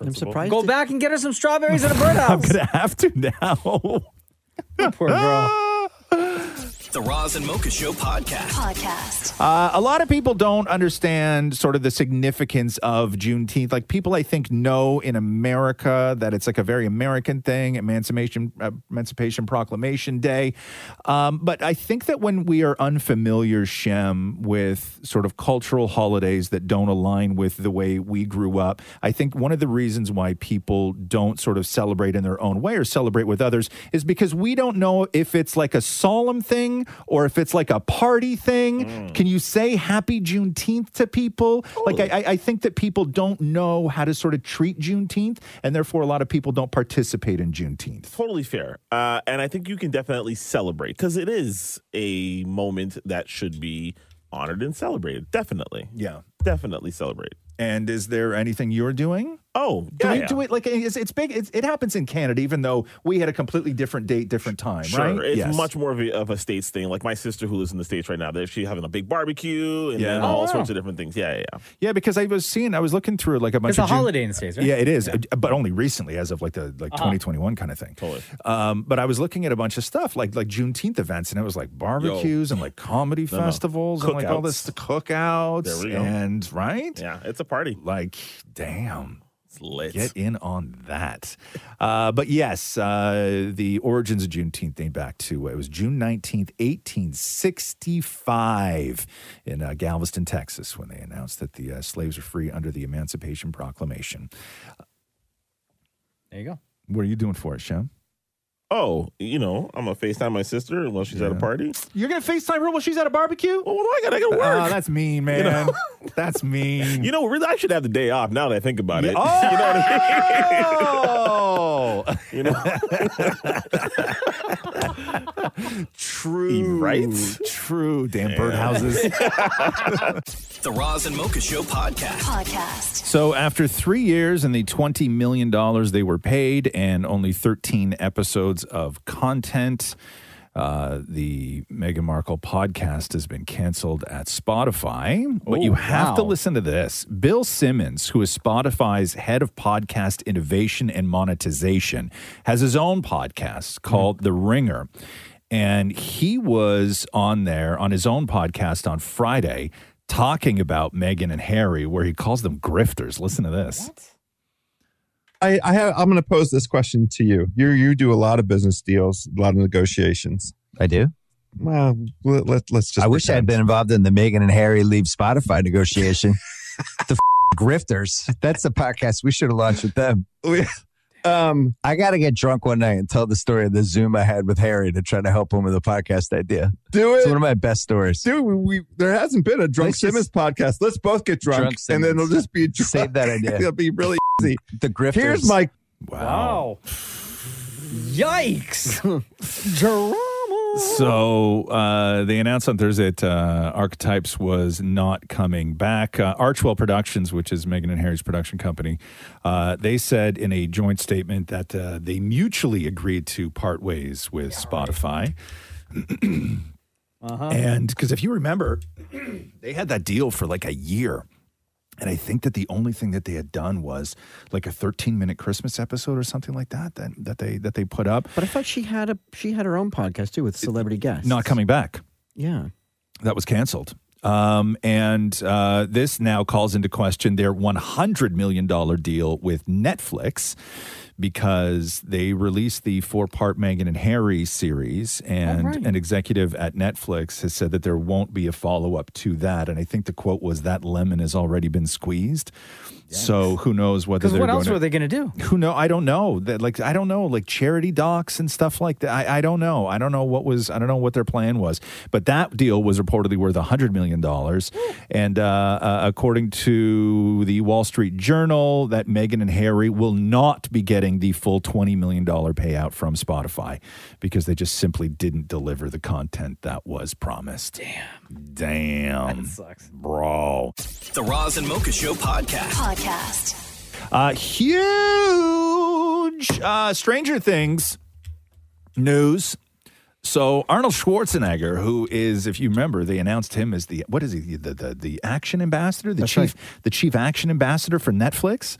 Speaker 8: I'm surprised.
Speaker 7: Go back and get her some strawberries at a birdhouse.
Speaker 4: I'm going to have to now.
Speaker 7: Poor girl.
Speaker 1: The Roz and Mocha Show podcast. Podcast.
Speaker 4: Uh, a lot of people don't understand sort of the significance of Juneteenth. Like people, I think, know in America that it's like a very American thing, Emancipation Emancipation Proclamation Day. Um, but I think that when we are unfamiliar, Shem, with sort of cultural holidays that don't align with the way we grew up, I think one of the reasons why people don't sort of celebrate in their own way or celebrate with others is because we don't know if it's like a solemn thing or if it's like a party thing.
Speaker 12: Mm.
Speaker 4: Can you say happy Juneteenth to people? Like, I, I- I think that people don't know how to sort of treat Juneteenth, and therefore a lot of people don't participate in Juneteenth.
Speaker 12: Totally fair. Uh, and I think you can definitely celebrate because it is a moment that should be honored and celebrated. Definitely.
Speaker 4: Yeah.
Speaker 12: Definitely celebrate.
Speaker 4: And is there anything you're doing?
Speaker 12: Oh,
Speaker 4: Do
Speaker 12: yeah,
Speaker 4: we
Speaker 12: yeah.
Speaker 4: do it like it's, it's big? It's, it happens in Canada, even though we had a completely different date, different time,
Speaker 12: Sure,
Speaker 4: right?
Speaker 12: it's much more of a, of a states thing. Like my sister who lives in the states right now, they're she having a big barbecue and then
Speaker 4: Yeah.
Speaker 12: all
Speaker 4: Oh, wow.
Speaker 12: sorts of different things. Yeah, yeah, yeah.
Speaker 4: Yeah, because I was seeing, I was looking through like a bunch
Speaker 12: It's
Speaker 4: of
Speaker 12: a
Speaker 4: June-
Speaker 12: holiday in the States, right?
Speaker 4: Yeah, it is, uh, but only recently, as of like the like
Speaker 12: Uh-huh.
Speaker 4: 2021 kind of thing.
Speaker 12: Totally.
Speaker 4: Um, but I was looking at a bunch of stuff like like Juneteenth events, and it was like barbecues and like comedy
Speaker 12: No, no.
Speaker 4: festivals and like all this the cookouts
Speaker 12: There we go.
Speaker 4: and right.
Speaker 12: Yeah, it's a party.
Speaker 4: Like, damn.
Speaker 12: It's lit.
Speaker 4: Get in on that. Uh, but yes, uh, the origins of Juneteenth date back to it was June 19th, 1865, in uh, Galveston, Texas, when they announced that the uh, slaves were free under the Emancipation Proclamation.
Speaker 7: There you go.
Speaker 4: What are you doing for it, Shem?
Speaker 12: Oh, you know, I'm gonna FaceTime my sister while she's at a party.
Speaker 4: You're gonna FaceTime her while she's at a barbecue?
Speaker 12: Well, what do I got? I gotta work.
Speaker 4: Oh, that's mean, man. that's mean.
Speaker 12: You know, really, I should have the day off now that I think about it.
Speaker 4: Oh!
Speaker 12: you know what
Speaker 4: I
Speaker 12: mean? you know?
Speaker 4: True.
Speaker 12: Right?
Speaker 4: True. Damn
Speaker 12: Yeah.
Speaker 4: birdhouses.
Speaker 1: the Roz and Mocha Show podcast. Podcast.
Speaker 4: So after three years and the $20 million they were paid and only 13 episodes of content, uh, the Meghan Markle podcast has been canceled at Spotify. But
Speaker 13: Oh,
Speaker 4: you have to
Speaker 13: wow.
Speaker 4: listen to this. Bill Simmons, who is Spotify's head of podcast innovation and monetization, has his own podcast called The Ringer. And he was on there on his own podcast on Friday talking about Meghan and Harry, where he calls them grifters. Listen to this.
Speaker 15: I, I have, I'm going to pose this question to you. You you do a lot of business deals, a lot of negotiations.
Speaker 16: I do.
Speaker 15: Well, let, let, us just.
Speaker 16: I wish I had been involved in the Megan and Harry leave Spotify negotiation. the f- grifters. That's the podcast we should have launched with them. um, I got to get drunk one night and tell the story of the Zoom I had with Harry to try to help him with a podcast idea.
Speaker 15: Do it.
Speaker 16: It's one of my best stories.
Speaker 15: Dude, we, we there hasn't been a drunk Simmons podcast. Let's both get drunk,
Speaker 16: Drunk
Speaker 15: and then
Speaker 16: Simmons.
Speaker 15: it'll just be drunk.
Speaker 16: Save that idea.
Speaker 15: It'll be really easy.
Speaker 16: The grifters.
Speaker 15: Here's my
Speaker 7: Wow. Yikes.
Speaker 4: So uh, they announced on Thursday that uh, Archetypes was not coming back. Uh, Archwell Productions, which is Megan and Harry's production company, uh, they said in a joint statement that uh, they mutually agreed to part ways with Spotify.
Speaker 7: Uh-huh.
Speaker 4: And because if you remember, they had that deal for like a year. And I think that the only thing that they had done was like a 13 minute Christmas episode or something like that that, that they that they put up.
Speaker 8: But I thought she had a she had her own podcast too with celebrity guests.
Speaker 4: Not coming back.
Speaker 8: Yeah.
Speaker 4: that was canceled. Um, and uh, this now calls into question their $100 million deal with Netflix because they released the four part Meghan and Harry series. And
Speaker 13: right.
Speaker 4: an executive at Netflix has said that there won't be a follow up to that. And I think the quote was that lemon has already been squeezed. So who knows whether
Speaker 7: Because
Speaker 4: they're
Speaker 7: what
Speaker 4: going
Speaker 7: else
Speaker 4: to-
Speaker 7: were they going to do?
Speaker 4: who know? I don't know. That like I don't know. Like charity docs and stuff like that. I, I don't know. I don't know what was. I don't know what their plan was. But that deal was reportedly worth a hundred million dollars. And uh, uh, according to the Wall Street Journal, that Meghan and Harry will not be getting the full twenty million dollar payout from Spotify because they just simply didn't deliver the content that was promised. Damn. Damn. That sucks, bro.
Speaker 1: The Roz and Mocha Show podcast.
Speaker 11: Podcast.
Speaker 4: Uh, huge uh, Stranger Things news. So Arnold Schwarzenegger, who is, if you remember, they announced him as the what is he the the, the action ambassador, the
Speaker 15: That's
Speaker 4: chief the chief action ambassador for Netflix.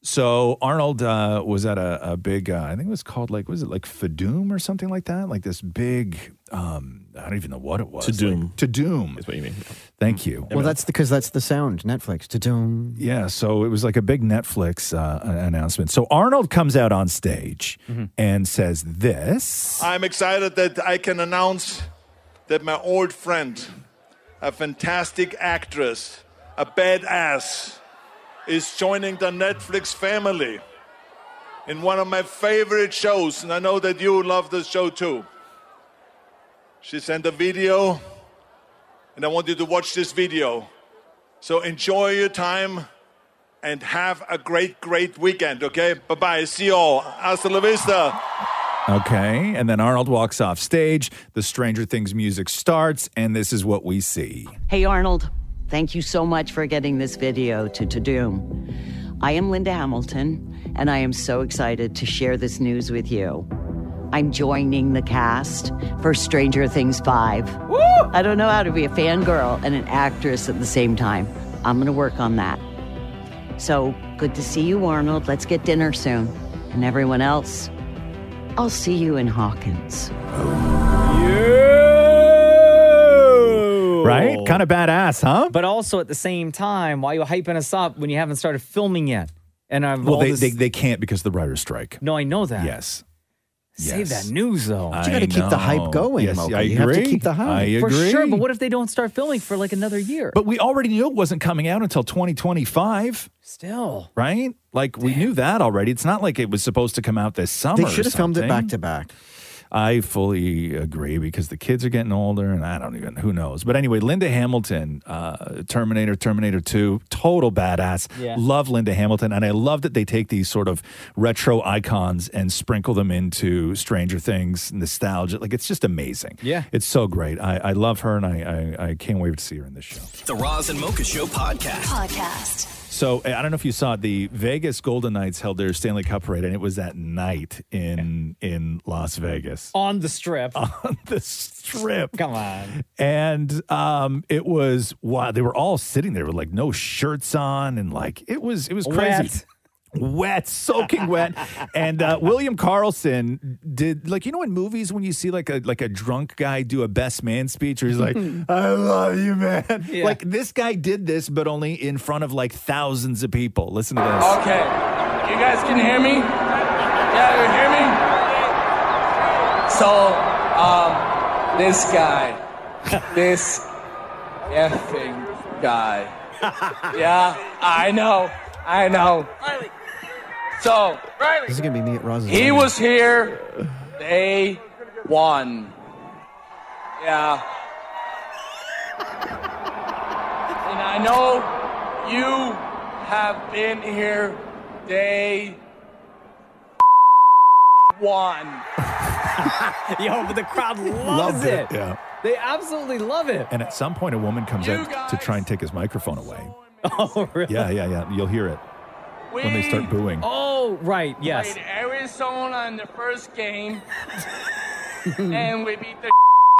Speaker 4: So Arnold uh, was at a, a big, uh, I think it was called like, was it like Fadoom or something like that? Like this big, um, I don't even know what it was.
Speaker 12: To Doom.
Speaker 4: Like, to Doom. Is
Speaker 12: what you mean.
Speaker 4: Thank you.
Speaker 8: Well, that's because that's the sound. Netflix. Ta-dum.
Speaker 4: Yeah, so it was like a big Netflix uh, a- announcement. So Arnold comes out on stage
Speaker 7: Mm-hmm.
Speaker 4: and says this.
Speaker 13: I'm excited that I can announce that my old friend, a fantastic actress, a badass, is joining the Netflix family in one of my favorite shows, and I know that you love this show too. She sent a video, and I want you to watch this video. So enjoy your time and have a great, great weekend, okay? Bye bye. See you all. Hasta la vista.
Speaker 4: Okay. And then Arnold walks off stage. The Stranger Things music starts, and this is what we see.
Speaker 17: Hey, Arnold. Thank you so much for getting this video to To Doom. I am Linda Hamilton, and I am so excited to share this news with you. I'm joining the cast for Stranger Things 5. Woo! I don't know how to be a fangirl and an actress at the same time. I'm going to work on that. So good to see you, Arnold. Let's get dinner soon. And everyone else, I'll see you in Hawkins.
Speaker 4: Right? Kind of badass, huh?
Speaker 7: But also at the same time, why are you hyping us up when you haven't started filming yet? And I've
Speaker 4: Well,
Speaker 7: all
Speaker 4: they,
Speaker 7: this-
Speaker 4: they, they can't because of the writer's strike.
Speaker 7: no, I know that.
Speaker 4: Yes.
Speaker 7: Save that news though.
Speaker 4: But you gotta I keep the hype know. going, Yes, Mocha. I You have to agree. keep the hype. I
Speaker 7: for
Speaker 4: agree.
Speaker 7: sure. But what if they don't start filming for like another year?
Speaker 4: But we already knew it wasn't coming out until 2025,
Speaker 7: Still,
Speaker 4: right? Like, we knew that already. It's not like it was supposed to come out this summer.
Speaker 8: They
Speaker 4: or
Speaker 8: should have filmed
Speaker 4: something.
Speaker 8: it back to back.
Speaker 4: I fully agree because the kids are getting older, and I don't even who knows. But anyway, Linda Hamilton, uh, Terminator, Terminator Two, total badass.
Speaker 15: Yeah.
Speaker 4: Love Linda Hamilton, and I love that they take these sort of retro icons and sprinkle them into Stranger Things nostalgia. Like it's just amazing.
Speaker 1: Yeah.
Speaker 4: it's so great. I, I love her, and I, I I can't wait to see her in this show.
Speaker 1: The Roz and Mocha Show podcast.
Speaker 11: Podcast.
Speaker 4: So eh, I don't know if you saw it, the Vegas Golden Knights held their Stanley Cup parade, and it was that night in in Las Vegas.
Speaker 7: on the strip.
Speaker 4: On the strip.
Speaker 7: Come on.
Speaker 4: and um, it was wow. They were all sitting there with like no shirts on, and like it was it was crazy.
Speaker 15: Wet.
Speaker 4: Wet, soaking wet, and uh, William Carlson did like you know in movies when you see like a like a drunk guy do a best man speech, or he's like, "I love you, man."
Speaker 15: Yeah.
Speaker 4: Like this guy did this, but only in front of like thousands of people. Listen to this.
Speaker 14: Okay. You guys can hear me? Yeah, you hear me? So, um, this guy, this effing guy. Yeah, I know, I know. So,
Speaker 8: This is gonna be me at Roz's.
Speaker 14: he was here. They won. Yeah. And I know you have been here. They won.
Speaker 7: Yo, but the crowd loves
Speaker 4: Loved
Speaker 7: it.
Speaker 4: it, yeah.
Speaker 7: They absolutely love it.
Speaker 4: And at some point, a woman comes out to try and take his microphone away.
Speaker 7: Oh, really?
Speaker 4: Yeah, yeah, yeah. You'll hear it when they start booing.
Speaker 7: Oh, right. Yes.
Speaker 14: Played Arizona in the first game, and we beat the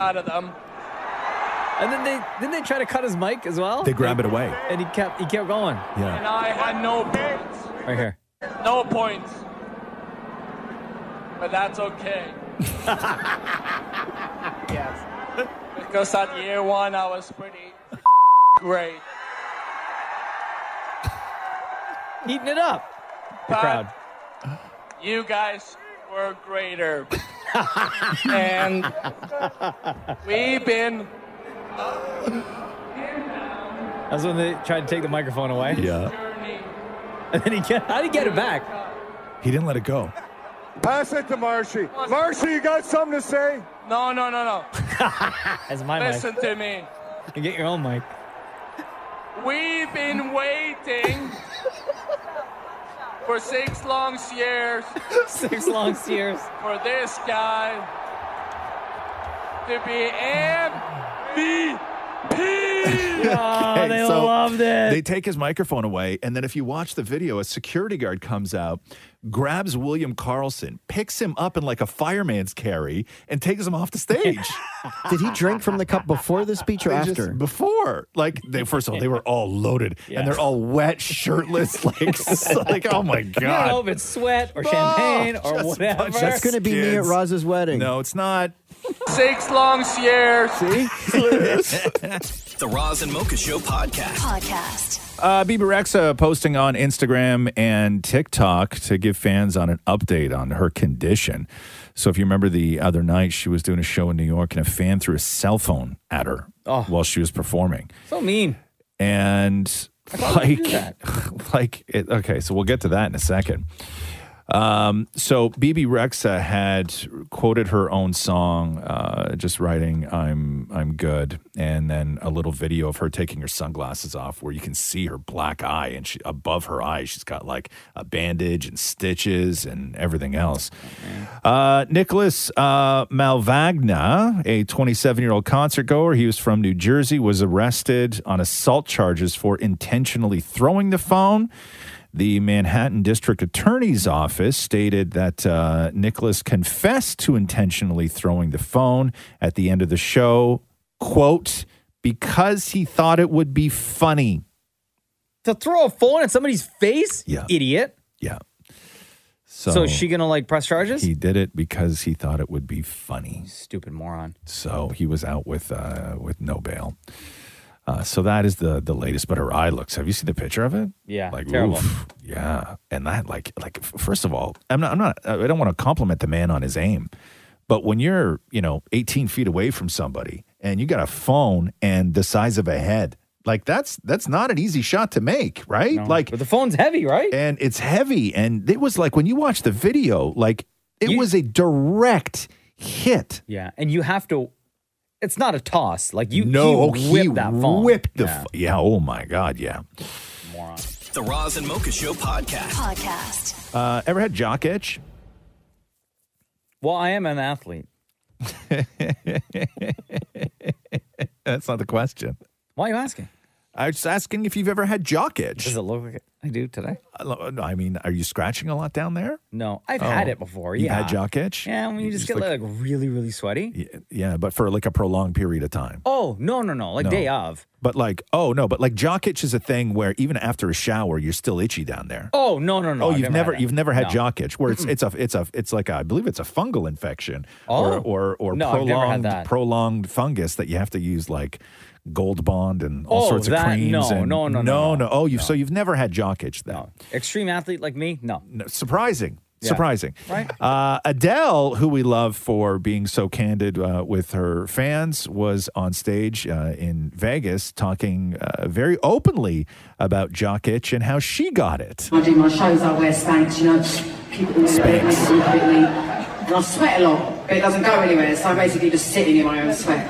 Speaker 14: out of them.
Speaker 7: And then they didn't they try to cut his mic as well?
Speaker 4: They grab it away.
Speaker 7: And he kept he kept going.
Speaker 4: Yeah.
Speaker 14: And I had no points.
Speaker 7: Right here.
Speaker 14: No points. But that's okay. yes. Because at year one, I was pretty great.
Speaker 7: Eating it up. The
Speaker 14: But
Speaker 7: crowd.
Speaker 14: You guys were greater. and we've been.
Speaker 7: That's when they tried to take the microphone away.
Speaker 14: Yeah.
Speaker 7: And then he get how'd he get it back?
Speaker 4: He didn't let it go.
Speaker 14: Pass it to Marshy. Marshy, you got something to say? No, no, no, no.
Speaker 7: That's my
Speaker 14: Listen
Speaker 7: mic.
Speaker 14: to me.
Speaker 7: You get your own mic.
Speaker 14: We've been waiting for six long years.
Speaker 7: Six long years.
Speaker 14: For this guy to be MVP.
Speaker 7: Oh, they loved it.
Speaker 4: They take his microphone away, and then if you watch the video, a security guard comes out, grabs William Carlson, picks him up in like a fireman's carry, and takes him off the stage.
Speaker 8: Did he drink from the cup before the speech or
Speaker 4: They just-
Speaker 8: after?
Speaker 4: before, like they first of all, they were all loaded
Speaker 8: Yeah.
Speaker 4: and they're all wet, shirtless, like so- like oh my
Speaker 7: You don't know
Speaker 4: god.
Speaker 7: if it's sweat or champagne
Speaker 4: Oh,
Speaker 7: or
Speaker 4: just a
Speaker 7: whatever.
Speaker 4: bunch of That's gonna be me at kids.
Speaker 8: Roz's wedding.
Speaker 4: No, it's not.
Speaker 14: Six long years. See?
Speaker 1: the Roz and Mocha Show podcast. Podcast.
Speaker 4: Uh, Bieber Rexa posting on Instagram and TikTok to give fans on an update on her condition. So if you remember the other night, she was doing a show in New York and a fan threw a cell phone at her while she was performing.
Speaker 7: So mean.
Speaker 4: and
Speaker 7: thought we knew
Speaker 4: like like it, okay so we'll get to that in a second um, so bb rexa had quoted her own song uh, just writing i'm i'm good and then a little video of her taking her sunglasses off where you can see her black eye and she, above her eye she's got like a bandage and stitches and everything else uh, Nicholas uh, Malvagna, a 27 year old concert goer, he was from New Jersey, was arrested on assault charges for intentionally throwing the phone. The Manhattan District Attorney's Office stated that uh, Nicholas confessed to intentionally throwing the phone at the end of the show, quote, because he thought it would be funny.
Speaker 7: To throw a phone at somebody's face?
Speaker 4: Yeah.
Speaker 7: Idiot.
Speaker 4: Yeah.
Speaker 7: So, is she going to like press charges?
Speaker 4: He did it because he thought it would be funny.
Speaker 7: Stupid moron.
Speaker 4: So he was out with uh, with no bail. Uh, so that is the the latest. But her eye looks. Have you seen the picture of it?
Speaker 7: Yeah.
Speaker 4: Like
Speaker 7: terrible.
Speaker 4: oof, yeah. And that like like f- first of all, I'm not I'm not I don't want to compliment the man on his aim, but when you're you know 18 feet away from somebody and you got a phone and the size of a head. Like that's that's not an easy shot to make, right? Like
Speaker 7: the phone's heavy, right?
Speaker 4: And it's heavy, and it was like when you watch the video, like it was a direct hit.
Speaker 7: Yeah. And you have to, it's not a toss. Like you,
Speaker 4: no, oh,
Speaker 7: he whipped
Speaker 4: he
Speaker 7: that phone.
Speaker 4: Whipped the
Speaker 7: yeah.
Speaker 4: yeah. yeah. Oh my God. Yeah.
Speaker 1: The Roz and Mocha Show podcast.
Speaker 11: Podcast.
Speaker 4: Uh, ever had jock itch?
Speaker 7: Well, I am an athlete.
Speaker 4: That's not the question.
Speaker 7: Why are you asking?
Speaker 4: I was just asking if you've ever had jock itch.
Speaker 7: Does it look like I do today?
Speaker 4: I mean, are you scratching a lot down there?
Speaker 7: No, I've
Speaker 4: Oh.
Speaker 7: had it before.
Speaker 4: You've
Speaker 7: yeah.
Speaker 4: had jock itch?
Speaker 7: Yeah, when you,
Speaker 4: You
Speaker 7: just,
Speaker 4: just
Speaker 7: get like,
Speaker 4: like-
Speaker 7: really, really sweaty.
Speaker 4: Yeah, but for like a prolonged period of time.
Speaker 7: Oh, no, no, no. Like
Speaker 4: No.
Speaker 7: day of.
Speaker 4: But like, oh no, but like jock itch is a thing where even after a shower, you're still itchy down there.
Speaker 7: Oh, no, no, no.
Speaker 4: oh,
Speaker 7: I've
Speaker 4: you've
Speaker 7: had
Speaker 4: never,
Speaker 7: that.
Speaker 4: you've never had
Speaker 7: No.
Speaker 4: jock itch where it's
Speaker 7: Mm-mm.
Speaker 4: it's a it's a it's like a, I believe it's a fungal infection
Speaker 7: Oh.
Speaker 4: or or or
Speaker 7: No, I've never had
Speaker 4: prolonged
Speaker 7: that.
Speaker 4: prolonged fungus that you have to use like gold bond and all
Speaker 7: Oh,
Speaker 4: sorts
Speaker 7: that-
Speaker 4: of creams.
Speaker 7: no,
Speaker 4: and-
Speaker 7: no, no,
Speaker 4: no,
Speaker 7: no, no,
Speaker 4: Oh, you've
Speaker 7: no.
Speaker 4: so you've never had jock itch then.
Speaker 7: Extreme athlete like me? No.
Speaker 4: No, surprising.
Speaker 7: Yeah.
Speaker 4: Surprising.
Speaker 7: Right?
Speaker 4: Uh, Adele, who we love for being so candid uh, with her fans, was on stage uh, in Vegas talking uh, very openly about jock itch and how she got it.
Speaker 18: I do my shows, I wear Spanx, you know, keep it all bit, make it all a bit neat. And I sweat a lot, but it doesn't go anywhere, so I'm basically just sitting in my own sweat.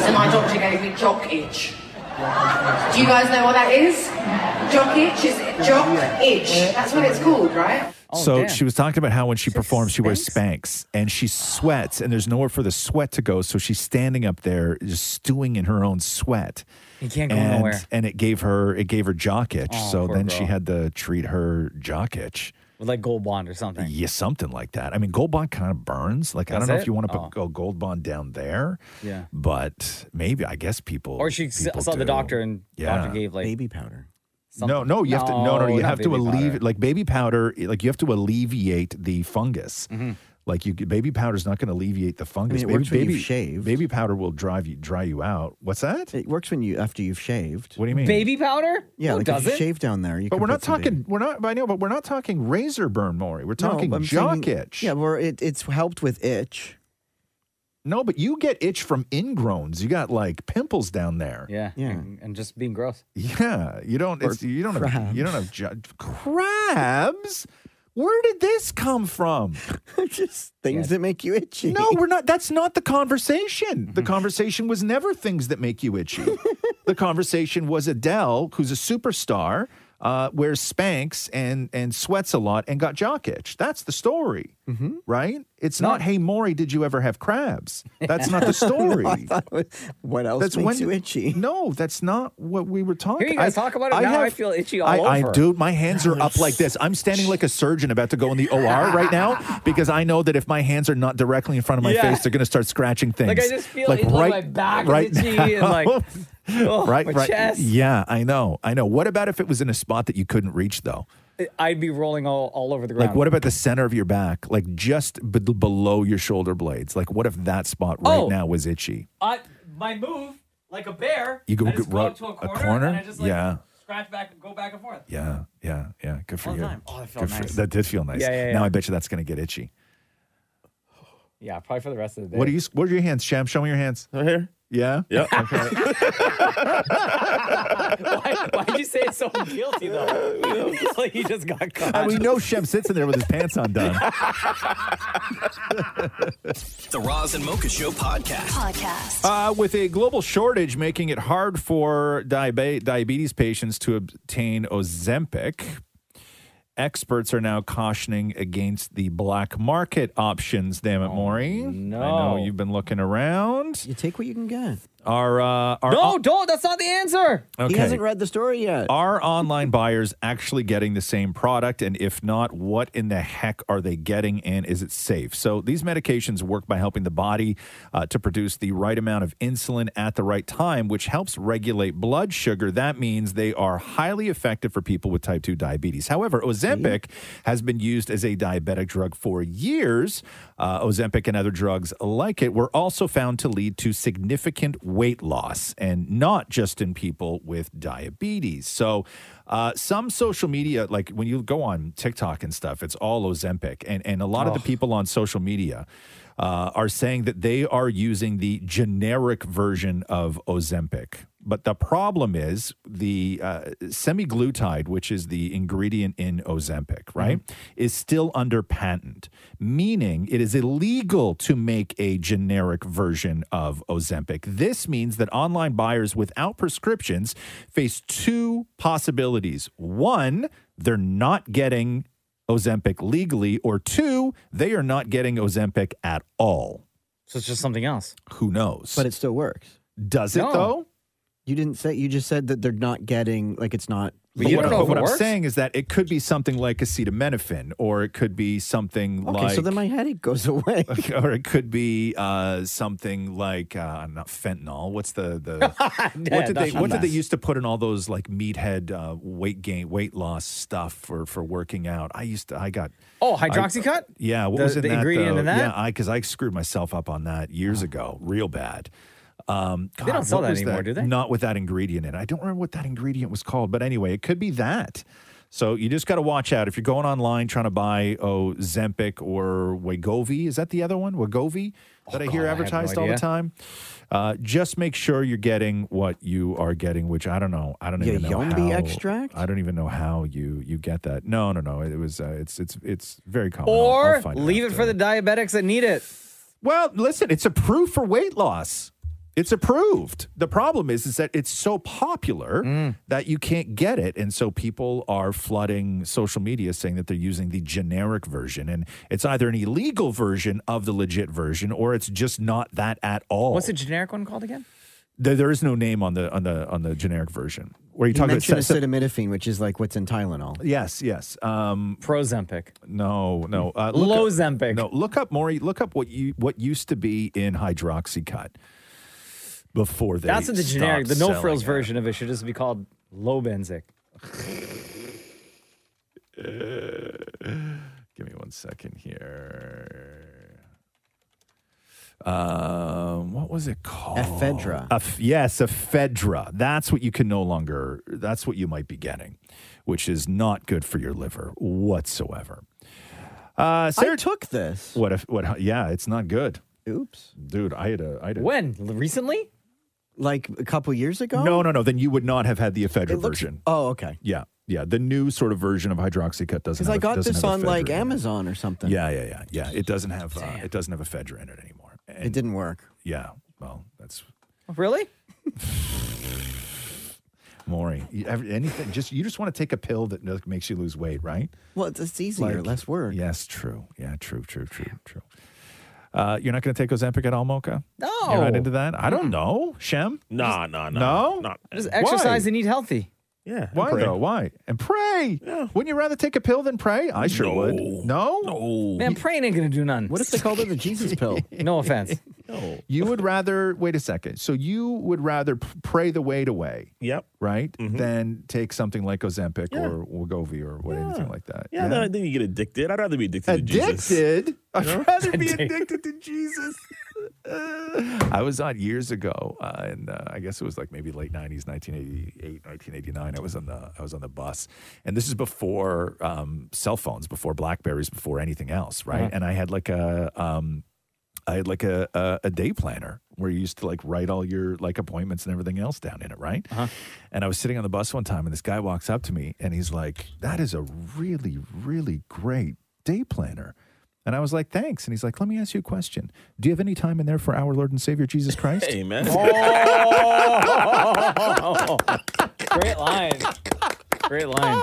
Speaker 18: So my doctor gave me jock itch. Do you guys know what that is? Jock itch is jock itch. That's what it's called, right?
Speaker 7: Oh,
Speaker 4: so she was talking about how when she performs, she wears Spanx and she sweats, and there's nowhere for the sweat to go. So she's standing up there, just stewing in her own sweat.
Speaker 7: You can't go
Speaker 4: and,
Speaker 7: nowhere.
Speaker 4: And it gave her it gave her jock itch.
Speaker 7: Oh,
Speaker 4: so
Speaker 7: poor
Speaker 4: then
Speaker 7: girl.
Speaker 4: she had to treat her jock itch.
Speaker 7: With like gold bond or something.
Speaker 4: Yeah, something like that. I mean, gold bond kind of burns. Like I don't
Speaker 7: Does
Speaker 4: know
Speaker 7: it? Oh.
Speaker 4: if you want to put a gold bond down there,
Speaker 7: Yeah.
Speaker 4: but maybe I guess people.
Speaker 7: Or she s-
Speaker 4: people
Speaker 7: saw the
Speaker 4: do.
Speaker 7: doctor and
Speaker 4: Yeah.
Speaker 7: doctor gave like baby
Speaker 8: powder.
Speaker 4: No, no, you have to no, no, you have to alleviate
Speaker 7: leave.
Speaker 4: like baby powder. Like you have to alleviate the fungus. Like you, baby powder's not going to alleviate the fungus.
Speaker 8: Mm-hmm. it
Speaker 4: baby,
Speaker 8: works when
Speaker 4: baby
Speaker 8: you've shaved.
Speaker 4: Baby powder will drive you dry you out. What's that?
Speaker 8: It works when you after you've shaved.
Speaker 4: What do you mean?
Speaker 7: Baby powder?
Speaker 8: Yeah,
Speaker 7: no,
Speaker 8: like
Speaker 7: does
Speaker 8: if you
Speaker 7: it?
Speaker 8: shave down there. You
Speaker 4: But
Speaker 8: can
Speaker 4: we're
Speaker 8: put
Speaker 4: not
Speaker 8: some baby-
Speaker 4: talking. We're not. I know, but we're not talking razor burn, Maury. We're
Speaker 8: No,
Speaker 4: talking
Speaker 8: I'm
Speaker 4: jock
Speaker 8: saying-
Speaker 4: itch.
Speaker 8: Yeah, where it, it's helped with itch.
Speaker 4: No, but you get itch from ingrowns. You got like pimples down there.
Speaker 7: Yeah, yeah. And, and just being gross.
Speaker 4: Yeah, you don't.
Speaker 7: Or
Speaker 4: It's, you don't have. You don't have ju- crabs. Where did this come from?
Speaker 8: Just things that make you itchy. Mm-hmm.
Speaker 4: No, we're not. That's not the conversation. The conversation was never things that make you itchy. the conversation was Adele, who's a superstar, uh, wears Spanx and and sweats a lot and got jock itch. That's the story,
Speaker 8: Mm-hmm.
Speaker 4: right? It's not, hey Maury, did you ever have crabs? That's not the story.
Speaker 8: No, I thought it was, what else
Speaker 4: That's
Speaker 8: makes
Speaker 4: when-
Speaker 8: you itchy?
Speaker 4: No, that's not what we were talking.
Speaker 7: Here you guys
Speaker 4: I-
Speaker 7: talk about it.
Speaker 4: I
Speaker 7: now I
Speaker 4: have-
Speaker 7: feel itchy all
Speaker 4: I,
Speaker 7: over.
Speaker 4: I dude, my hands are up like this. I'm standing like a surgeon about to go in the OR right now because I know that if my hands are not directly in front of my
Speaker 7: Yeah.
Speaker 4: face, they're going to start scratching things.
Speaker 7: Like I just feel like, like my back is itchy and like oh,
Speaker 4: right,
Speaker 7: my
Speaker 4: right.
Speaker 7: chest.
Speaker 4: Yeah, I know, I know. What about if it was in a spot that you couldn't reach though?
Speaker 7: I'd be rolling all, all over the ground.
Speaker 4: Like, what about the center of your back, like just b- below your shoulder blades? Like, what if that spot right
Speaker 7: Oh.
Speaker 4: now was itchy?
Speaker 7: I, my move like a bear?
Speaker 4: You go
Speaker 7: I just
Speaker 4: get ru-
Speaker 7: up to a
Speaker 4: a
Speaker 7: corner,
Speaker 4: corner?
Speaker 7: and I just like
Speaker 4: Yeah.
Speaker 7: scratch back and go back and forth.
Speaker 4: Yeah, yeah, yeah. Good for
Speaker 7: All the
Speaker 4: you.
Speaker 7: time. Oh, that felt
Speaker 4: Good for-
Speaker 7: nice.
Speaker 4: that did feel nice.
Speaker 7: Yeah, yeah,
Speaker 4: Now
Speaker 7: yeah.
Speaker 4: I bet you that's going to get itchy.
Speaker 7: Yeah, probably for the rest of the day.
Speaker 4: What are you? What are your hands, Sham? Show me your hands. Right here. Yeah.
Speaker 12: Yep.
Speaker 7: why, why'd you say it so guilty though? It's like you just got caught.
Speaker 4: I mean, no, Shem sits in there with his pants undone.
Speaker 1: The Roz and Mocha Show podcast.
Speaker 11: Podcast.
Speaker 4: Uh, with a global shortage making it hard for diabe- diabetes patients to obtain Ozempic, experts are now cautioning against the black market options. Damn it, Maury! No, I know you've been looking around. You
Speaker 8: take what Oh, you can get.
Speaker 4: Our uh, our
Speaker 7: No, don't. That's not the answer.
Speaker 4: Okay.
Speaker 8: He hasn't read the story yet.
Speaker 4: Are online buyers actually getting the same product? And if not, what in the heck are they getting and is it safe? So these medications work by helping the body uh, to produce the right amount of insulin at the right time, which helps regulate blood sugar. That means they are highly effective for people with type 2 diabetes. However, Ozempic has been used as a diabetic drug for years. Uh, Ozempic and other drugs like it were also found to lead to significant weight loss, and not just in people with diabetes. So, uh, some social media, like when you go on TikTok and stuff, it's all Ozempic, and and a lot of the
Speaker 19: Ugh.
Speaker 4: people on social media. Uh, are saying that they are using the generic version of Ozempic. But the problem is the uh, semiglutide, which is the ingredient in Ozempic, right, is still under patent, meaning it is illegal to make a generic version of Ozempic. This means that online buyers without prescriptions face two possibilities. One, they're not getting Ozempic legally, or two, they are not getting Ozempic at all.
Speaker 7: So it's just something else.
Speaker 4: Who knows?
Speaker 8: But it still works.
Speaker 4: Does it though?
Speaker 8: You didn't say. You just said that they're not getting. Like it's not.
Speaker 4: But, you know, but what I'm saying is that it could be something like acetaminophen, or it could be something
Speaker 8: Okay,
Speaker 4: like.
Speaker 8: so then my headache goes away.
Speaker 4: or it could be uh, something like uh, not fentanyl. What's the the what did they
Speaker 7: that's
Speaker 4: what did
Speaker 7: nuts.
Speaker 4: they used to put in all those like meathead uh, weight gain weight loss stuff for for working out? I used to I got
Speaker 7: Oh,
Speaker 4: I-
Speaker 7: hydroxycut?
Speaker 4: yeah, what
Speaker 7: The-
Speaker 4: was in
Speaker 7: the
Speaker 4: that,
Speaker 7: ingredient
Speaker 4: though?
Speaker 7: in that?
Speaker 4: Yeah, I because I screwed myself up on that years ago, real bad. Um,
Speaker 7: They don't sell
Speaker 4: what
Speaker 7: that
Speaker 4: was
Speaker 7: anymore, do they?
Speaker 4: Not with that ingredient in. it. I don't remember what that ingredient was called, but anyway, it could be that. So you just got to watch out if you're going online trying to buy Ozempic or Wegovy. Is that the other one, Wegovy, that I hear
Speaker 7: God, I have no
Speaker 4: advertised all the
Speaker 7: idea.
Speaker 4: time? Uh, just make sure you're getting what you are getting, which I don't know. I don't
Speaker 8: Yeah,
Speaker 4: even know
Speaker 8: Yombi
Speaker 4: how-
Speaker 8: extract?
Speaker 4: I don't even know how you you get that. No, no, no. It was uh, it's it's it's very common. I'll- I'll
Speaker 7: Or
Speaker 4: find out.
Speaker 7: leave it for the diabetics that need it.
Speaker 4: Well, listen, it's approved for weight loss. It's approved. The problem is, is that it's so popular
Speaker 7: Mm.
Speaker 4: that you can't get it, and so people are flooding social media saying that they're using the generic version, and it's either an illegal version of the legit version, or it's just not that at all.
Speaker 7: What's the generic one called again?
Speaker 4: There, there is no name on the on the on the generic version. Where you
Speaker 8: you
Speaker 4: talk about
Speaker 8: mentioned
Speaker 4: se- se-
Speaker 8: acetaminophen, which is like what's in Tylenol.
Speaker 4: Yes, yes. Um,
Speaker 7: Prozempic.
Speaker 4: No, no. Uh,
Speaker 7: Lozempic.
Speaker 4: No, look up Maury. Look up what you what used to be in hydroxycut before they.
Speaker 7: That's what the generic, the
Speaker 4: stopped
Speaker 7: no
Speaker 4: selling
Speaker 7: frills
Speaker 4: it.
Speaker 7: version of it should just be called low benzic.
Speaker 4: Give me one second here. Um, what was it called?
Speaker 8: Ephedra.
Speaker 4: Eph- yes, ephedra. That's what you can no longer. That's what you might be getting, which is not good for your liver whatsoever. Uh,
Speaker 8: I took this.
Speaker 4: What if? What? Yeah, it's not good.
Speaker 8: Oops,
Speaker 4: dude. I had a. I had a
Speaker 7: When? Recently?
Speaker 8: Like a couple years ago?
Speaker 4: No, no, no. Then you would not have had the ephedra
Speaker 8: It looks-
Speaker 4: version.
Speaker 8: Oh, okay.
Speaker 4: Yeah, yeah. The new sort of version of hydroxycut doesn't.
Speaker 8: Because
Speaker 4: have
Speaker 8: I
Speaker 4: a-
Speaker 8: got
Speaker 4: doesn't
Speaker 8: this
Speaker 4: have
Speaker 8: on
Speaker 4: ephedra
Speaker 8: like
Speaker 4: in it.
Speaker 8: Amazon or something.
Speaker 4: Yeah, yeah, yeah, yeah. It doesn't have. Uh, it doesn't have ephedra in it anymore.
Speaker 8: It didn't work.
Speaker 4: Yeah. Well, that's
Speaker 7: Really?
Speaker 4: Maury. You- every- Anything, just you just want to take a pill that like, makes you lose weight, right?
Speaker 8: Well, it's, it's easier,
Speaker 4: Like-
Speaker 8: less work.
Speaker 4: Yes, true. Yeah, true, true, true, true. Uh, you're not going to take Ozempic at all, Mocha?
Speaker 7: No.
Speaker 4: You're not into that? I don't know. Shem?
Speaker 12: Nah, nah, nah.
Speaker 4: No?
Speaker 12: Not-
Speaker 7: Just exercise
Speaker 4: Why?
Speaker 7: and eat healthy.
Speaker 12: Yeah.
Speaker 4: Why though? Why? And pray. Wouldn't you rather take a pill than pray? I sure would. No? No.
Speaker 7: Man, praying ain't gonna do nothing. What
Speaker 8: if they called it the Jesus pill?
Speaker 7: no offense.
Speaker 12: No.
Speaker 4: You would rather wait a second. So you would rather p- pray the weight away.
Speaker 12: Yep. Mm-hmm.
Speaker 4: Right? Than take something like Ozempic or Wegovy or what, anything like that.
Speaker 12: Yeah, Then, then you get addicted. I'd rather be addicted to Jesus.
Speaker 4: Addicted? I'd rather be
Speaker 12: Addicted.
Speaker 4: addicted to Jesus. I was on years ago, uh, and uh, I guess it was like maybe late '90s, 1988, 1989. I was on the I was on the bus, and this is before um, cell phones, before Blackberries, before anything else, right?
Speaker 12: Uh-huh.
Speaker 4: And I had like a um, I had like a, a a day planner where you used to like write all your like appointments and everything else down in it, right? And I was sitting on the bus one time, and this guy walks up to me, and he's like, "That is a really, really great day planner." And I was like, "Thanks." And he's like, "Let me ask you a question. Do you have any time in there for our Lord and Savior Jesus Christ?"
Speaker 12: Amen.
Speaker 7: Oh. Great line. Great line.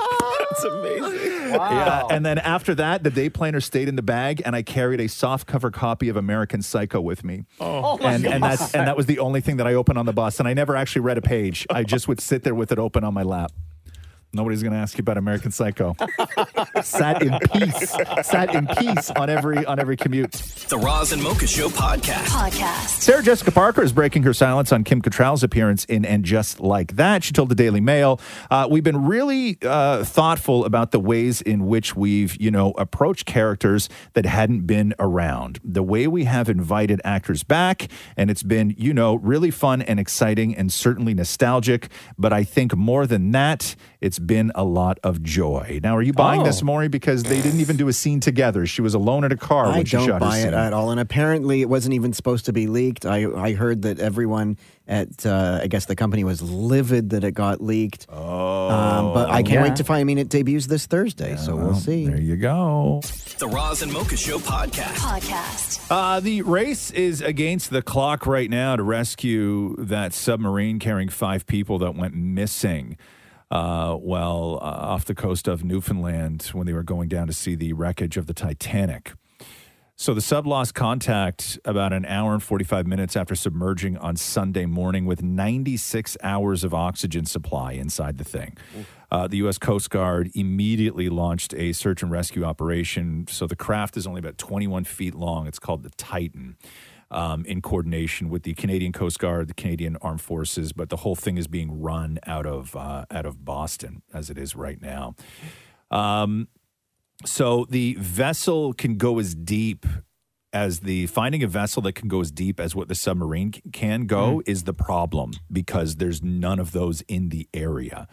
Speaker 12: That's amazing.
Speaker 4: Yeah. And then after that, the day planner stayed in the bag, and I carried a soft cover copy of American Psycho with me.
Speaker 12: Oh. Oh my
Speaker 4: and, and
Speaker 12: God.
Speaker 4: that's and that was the only thing that I opened on the bus, and I never actually read a page. I just would sit there with it open on my lap. Nobody's going to ask you about American Psycho. sat in peace. Sat in peace on every on every commute.
Speaker 1: The Roz and Mocha Show podcast. Podcast.
Speaker 4: Sarah Jessica Parker is breaking her silence on Kim Cattrall's appearance in And Just Like That. She told the Daily Mail, uh, We've been really uh, thoughtful about the ways in which we've, you know, approached characters that hadn't been around, the way we have invited actors back. And it's been, you know, really fun and exciting and certainly nostalgic. But I think more than that, it's been a lot of joy. Now, are you buying
Speaker 8: Oh.
Speaker 4: this, Maury? Because they didn't even do a scene together. She was alone in a car
Speaker 8: I
Speaker 4: when she
Speaker 8: don't
Speaker 4: shot her
Speaker 8: buy it
Speaker 4: scene.
Speaker 8: at all. And apparently, it wasn't even supposed to be leaked. I, I heard that everyone at, uh, I guess the company was livid that it got leaked. Oh. Um, but I can't
Speaker 1: Yeah.
Speaker 8: wait to find, I mean, it debuts this Thursday, so we'll, see. There
Speaker 4: you go.
Speaker 1: The Roz and Mocha Show podcast. Podcast.
Speaker 4: Uh, the race is against the clock right now to rescue that submarine carrying five people that went missing uh, while uh, off the coast of Newfoundland when they were going down to see the wreckage of the Titanic. So the sub lost contact about an hour and 45 minutes after submerging on Sunday morning with 96 hours of oxygen supply inside the thing. Uh, the U.S. Coast Guard immediately launched a search and rescue operation. So the craft is only about 21 feet long. It's called the Titan. Um, in coordination with the Canadian Coast Guard, the Canadian Armed Forces, but the whole thing is being run out of uh, out of Boston as it is right now. Um, so the vessel can go as deep as the finding a vessel that can go as deep as what the submarine c- can go
Speaker 7: Mm-hmm.
Speaker 4: is the problem because there's none of those in the area,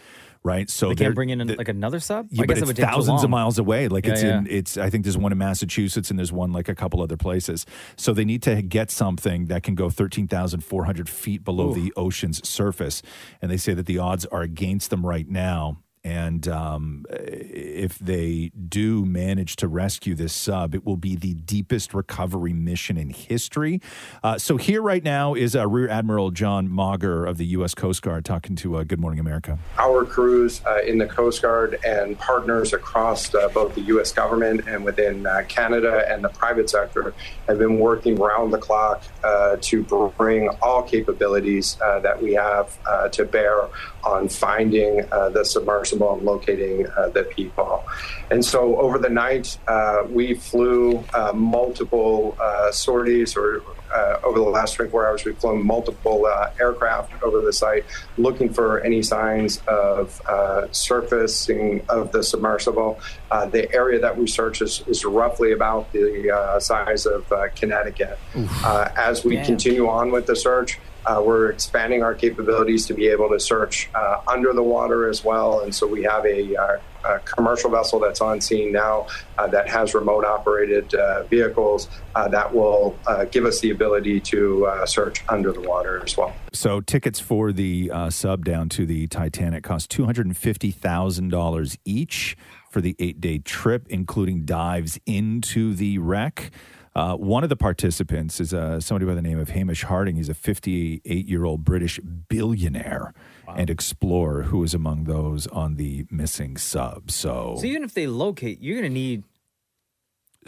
Speaker 4: right? So
Speaker 7: they
Speaker 4: they're-
Speaker 7: can't bring in an, like another sub.
Speaker 4: yeah,
Speaker 7: I
Speaker 4: but
Speaker 7: guess it
Speaker 4: it's
Speaker 7: would take too
Speaker 4: thousands of
Speaker 7: long.
Speaker 4: miles away. Like
Speaker 7: Yeah,
Speaker 4: it's in,
Speaker 7: yeah.
Speaker 4: it's. I think there's one in Massachusetts and there's one like a couple other places. So they need to get something that can go thirteen thousand four hundred feet below
Speaker 12: Ooh.
Speaker 4: the ocean's surface, and they say that the odds are against them right now. And um, if they do manage to rescue this sub, it will be the deepest recovery mission in history. Uh, so here right now is uh, Rear Admiral John Mauger of the U.S. Coast Guard talking to uh, Good Morning America.
Speaker 19: our crews uh, in the Coast Guard and partners across uh, both the U.S. government and within uh, Canada and the private sector have been working round the clock uh, to bring all capabilities uh, that we have uh, to bear on finding uh, the submersible and locating uh, the people. And so over the night, uh, we flew uh, multiple uh, sorties or uh, over the last 24 hours, we've flown multiple uh, aircraft over the site looking for any signs of uh, surfacing of the submersible. Uh, the area that we search is, is roughly about the uh, size of uh, Connecticut.
Speaker 7: Mm.
Speaker 19: Uh, as we
Speaker 20: Damn.
Speaker 19: continue on with the search, uh, we're expanding our capabilities to be able to search uh, under the water as well. And so we have a, uh, a commercial vessel that's on scene now uh, that has remote operated uh, vehicles uh, that will uh, give us the ability to uh, search under the water as well.
Speaker 4: So tickets for the uh, sub down to the Titanic cost two hundred and fifty thousand dollars each for the eight day trip, including dives into the wreck. Uh, one of the participants is uh, somebody by the name of Hamish Harding. He's a 58 year old British billionaire and explorer who is among those on the missing sub. So,
Speaker 7: So even if they locate, you're going to need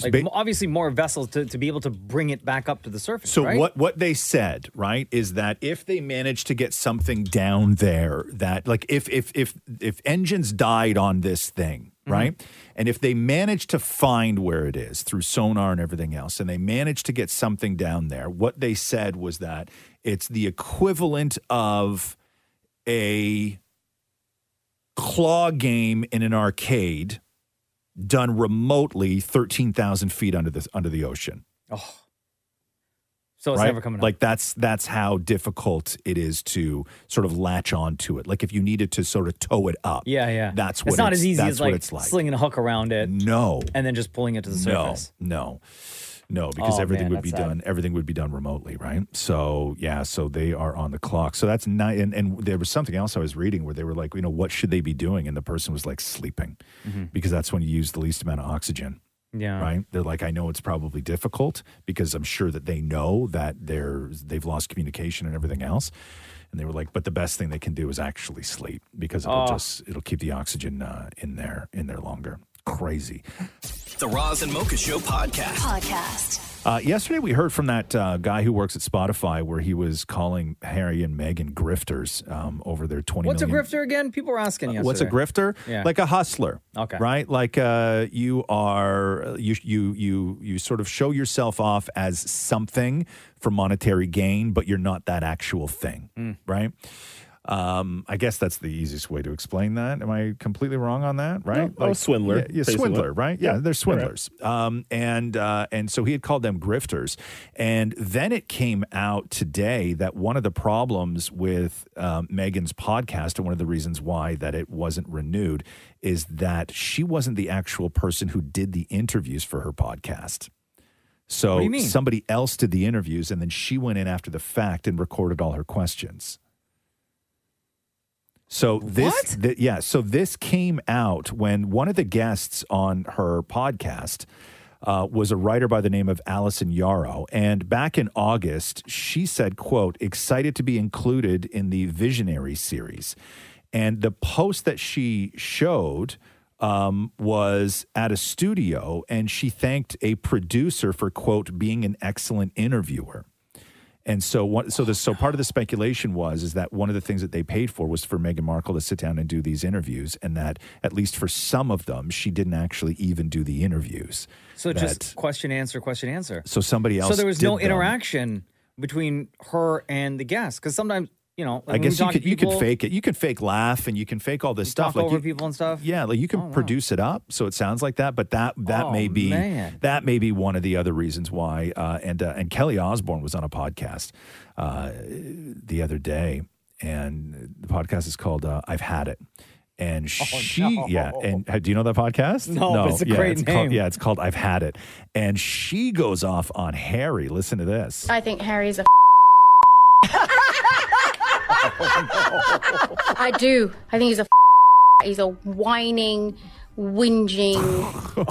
Speaker 7: like,
Speaker 4: ba-
Speaker 7: mo- obviously more vessels to, to be able to bring it back up to the surface.
Speaker 4: So
Speaker 7: right?
Speaker 4: what what they said, right, is that if they manage to get something down there, that like if if if if engines died on this thing,
Speaker 7: Mm-hmm.
Speaker 4: right, and if they manage to find where it is through sonar and everything else, and they manage to get something down there, what they said was that it's the equivalent of a claw game in an arcade done remotely 13,000 feet under the under the ocean.
Speaker 7: Oh. So it's
Speaker 4: right?
Speaker 7: never coming up.
Speaker 4: Like that's that's how difficult it is to sort of latch on to it. Like if you needed to sort of tow it up.
Speaker 7: yeah, yeah.
Speaker 4: That's what
Speaker 7: it's not
Speaker 4: it's-
Speaker 7: as easy
Speaker 4: that's
Speaker 7: as
Speaker 4: what
Speaker 7: like,
Speaker 4: it's like.
Speaker 7: slinging a hook around it.
Speaker 4: No.
Speaker 7: And then just pulling it to the
Speaker 4: No,
Speaker 7: surface.
Speaker 4: no, no, because
Speaker 7: Oh,
Speaker 4: everything
Speaker 7: man,
Speaker 4: would be
Speaker 7: that's sad.
Speaker 4: done. Everything would be done remotely, right? So yeah, so they are on the clock. So that's not. And, and there was something else I was reading where they were like, you know, what should they be doing? And the person was like sleeping, because that's when you use the least amount of oxygen.
Speaker 7: Mm-hmm. Yeah.
Speaker 4: Right. They're like, I know it's probably difficult because I'm sure that they know that they're they've lost communication and everything else. And they were like, but the best thing they can do is actually sleep because it'll
Speaker 7: Ah.
Speaker 1: Oh.
Speaker 4: just it'll keep the oxygen uh, in there in there longer. Crazy.
Speaker 1: The Roz and Mocha Show podcast.
Speaker 11: Podcast.
Speaker 4: Uh, yesterday, we heard from that uh, guy who works at Spotify, where he was calling Harry and Meghan grifters um, over their twenty.
Speaker 7: What's a
Speaker 4: million- Uh,
Speaker 7: grifter again? People were asking yesterday.
Speaker 4: What's a grifter?
Speaker 7: Yeah.
Speaker 4: Like a hustler.
Speaker 7: Okay.
Speaker 4: Right? Like uh, you are you you you you sort of show yourself off as something for monetary gain, but you're not that actual thing.
Speaker 1: Mm.
Speaker 4: Right? Um, I guess that's the easiest way to explain that. Am I completely wrong on that? Right?
Speaker 12: No, a swindler,
Speaker 4: Yeah, yeah,
Speaker 12: basically.
Speaker 4: swindler, right?
Speaker 12: Yeah,
Speaker 4: Yeah, they're
Speaker 12: correct.
Speaker 4: swindlers. Um, and uh, and so he had called them grifters. And then it came out today that one of the problems with um, Megan's podcast and one of the reasons why that it wasn't renewed is that she wasn't the actual person who did the interviews for her podcast. So
Speaker 7: What do you mean?
Speaker 4: somebody else did the interviews, and then she went in after the fact and recorded all her questions. So this, thi- yeah, so this came out when one of the guests on her podcast uh, was a writer by the name of Allison Yarrow, and back in August, she said, "quote Excited to be included in the Visionary series," and the post that she showed. Um, was at a studio and she thanked a producer for quote being an excellent interviewer. And so what so the so part of the speculation was is that one of the things that they paid for was for Meghan Markle to sit down and do these interviews and that at least for some of them she didn't actually even do the interviews.
Speaker 7: So
Speaker 4: That-
Speaker 7: just question answer question answer.
Speaker 4: So somebody else
Speaker 7: So there was no
Speaker 4: did them.
Speaker 7: interaction between her and the guest because sometimes you know.
Speaker 4: I guess you could you could fake it. You could fake laugh and you can fake all this
Speaker 7: stuff
Speaker 4: stuff
Speaker 7: over
Speaker 4: you,
Speaker 7: people and stuff.
Speaker 4: Yeah, like you can produce it up, so it sounds like that. But that that
Speaker 7: Oh,
Speaker 4: may be
Speaker 7: man.
Speaker 4: that may be one of the other reasons why. Uh, and uh, and Kelly Osborne was on a podcast uh, the other day, and the podcast is called uh, "I've Had It." And she, yeah, and uh, do you know that podcast?
Speaker 7: Oh, No, but it's a
Speaker 4: yeah,
Speaker 7: great
Speaker 4: it's Called,
Speaker 7: name.
Speaker 4: yeah, it's called "I've Had It," and she goes off on Harry. Listen to this.
Speaker 20: I think Harry's a. I do. I think he's a. He's a whining, whinging,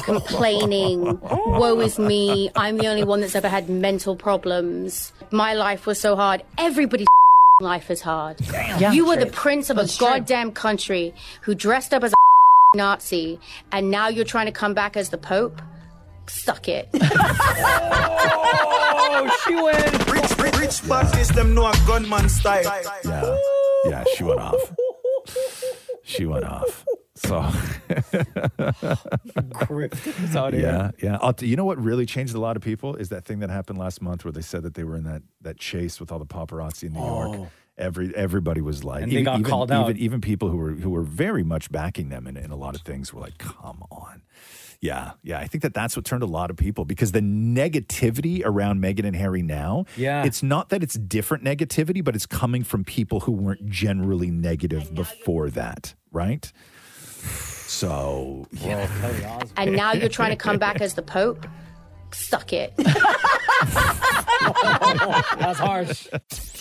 Speaker 20: complaining. Woe is me. I'm the only one that's ever had mental problems. My life was so hard. Everybody's life is hard. you were the prince of a goddamn country who dressed up as a Nazi, and now you're trying to come back as the Pope. Suck it.
Speaker 7: oh, she went.
Speaker 21: Rich, rich, rich bastards, them know a gunman style.
Speaker 4: Yeah, yeah, she went off. She went off. So,
Speaker 7: Grifters out here.
Speaker 4: yeah, yeah. I'll t- you know what really changed a lot of people is that thing that happened last month where they said that they were in that that chase with all the paparazzi in New York. Every everybody was like,
Speaker 7: Oh. And they got called out.
Speaker 4: Even, even people who were who were very much backing them in, in a lot of things were like, come on. Yeah, yeah. I think that that's what turned a lot of people because the negativity around Meghan and Harry now.
Speaker 7: Yeah.
Speaker 4: it's not that it's different negativity, but it's coming from people who weren't generally negative before that, right? So, yeah.
Speaker 20: and now you're trying to come back as the Pope. Suck it.
Speaker 7: That's harsh.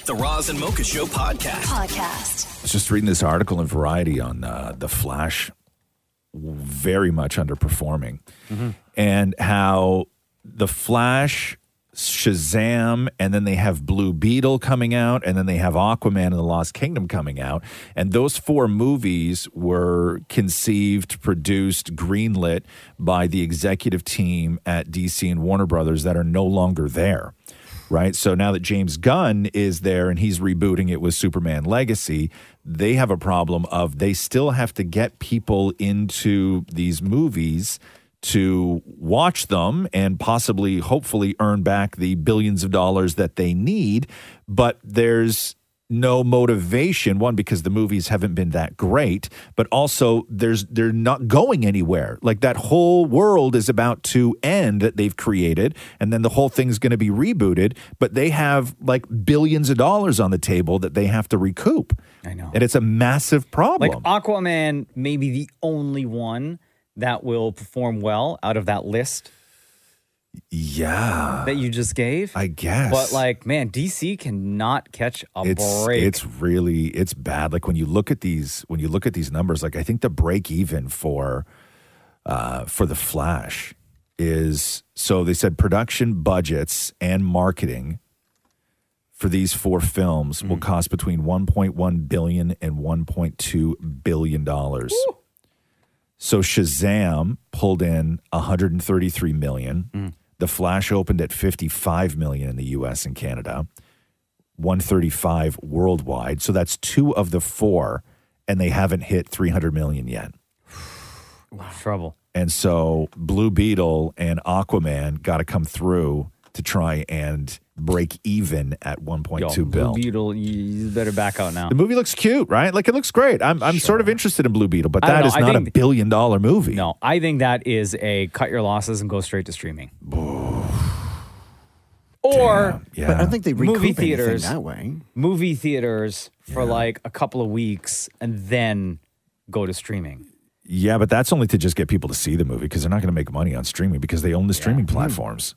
Speaker 1: The Roz and Mocha Show podcast.
Speaker 11: Podcast.
Speaker 4: I was just reading this article in Variety on uh, the Flash, very much underperforming, and how The Flash, Shazam, and then they have Blue Beetle coming out, and then they have Aquaman and the Lost Kingdom coming out. And those four movies were conceived, produced, greenlit by the executive team at DC and Warner Brothers that are no longer there. Right. So now that James Gunn is there and he's rebooting it with Superman Legacy, they have a problem of they still have to get people into these movies to watch them and possibly, hopefully, earn back the billions of dollars that they need. But there's no motivation. One, because the movies haven't been that great, but also there's they're not going anywhere. Like that whole world is about to end that they've created, and then the whole thing's going to be rebooted. But they have like billions of dollars on the table that they have to recoup. I know, and it's a massive problem.
Speaker 7: Like Aquaman may be the only one that will perform well out of that list.
Speaker 4: Yeah.
Speaker 7: That you just gave?
Speaker 4: I guess.
Speaker 7: But like, man, DC cannot catch a
Speaker 4: it's
Speaker 7: break.
Speaker 4: it's really it's bad. Like when you look at these when you look at these numbers, like I think the break even for uh, for the Flash is so they said production budgets and marketing for these four films will
Speaker 7: Mm.
Speaker 4: cost between 1.1 billion and 1.2 billion dollars. So Shazam pulled in 133 million.
Speaker 7: Mm.
Speaker 4: The Flash opened at 55 million in the US and Canada, 135 worldwide. So that's two of the four and they haven't hit 300 million yet.
Speaker 7: trouble.
Speaker 4: And so Blue Beetle and Aquaman got to come through to try and break even at 1.2
Speaker 7: Yo, Blue
Speaker 4: bill.
Speaker 7: Beetle, you, you better back out now.
Speaker 4: The movie looks cute, right? Like it looks great. I'm I'm sort of interested in Blue Beetle, but
Speaker 7: I don't
Speaker 4: that
Speaker 7: know.
Speaker 4: is
Speaker 7: I
Speaker 4: not a
Speaker 7: think-
Speaker 4: billion dollar movie.
Speaker 7: No, I think that is a cut your losses and go straight to streaming. or
Speaker 8: But I don't think they recoup
Speaker 7: movie
Speaker 8: anything
Speaker 7: theaters
Speaker 8: that way.
Speaker 7: Movie theaters for like a couple of weeks and then go to streaming.
Speaker 4: Yeah, but that's only to just get people to see the movie because they're not going to make money on streaming because they own the streaming
Speaker 7: Hmm.
Speaker 4: platforms,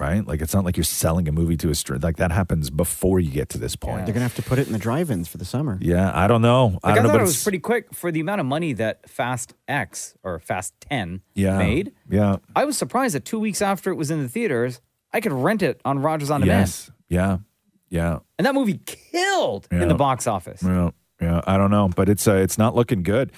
Speaker 4: right? Like it's not like you're selling a movie to a stream. Like that happens before you get to this point.
Speaker 8: They're gonna have to put it in the drive-ins for the summer.
Speaker 4: Yeah, I don't know.
Speaker 7: Like I,
Speaker 4: I don't know,
Speaker 7: thought
Speaker 4: but
Speaker 7: it
Speaker 4: it's-
Speaker 7: was pretty quick for the amount of money that Fast X or Fast Ten
Speaker 4: yeah,
Speaker 7: made.
Speaker 4: Yeah,
Speaker 7: I was surprised that two weeks after it was in the theaters, I could rent it on Rogers on Demand,
Speaker 4: yes, yeah, yeah.
Speaker 7: and that movie killed in the
Speaker 4: Yeah.
Speaker 7: box office.
Speaker 4: Yeah, yeah, I don't know, but it's uh, it's not looking good.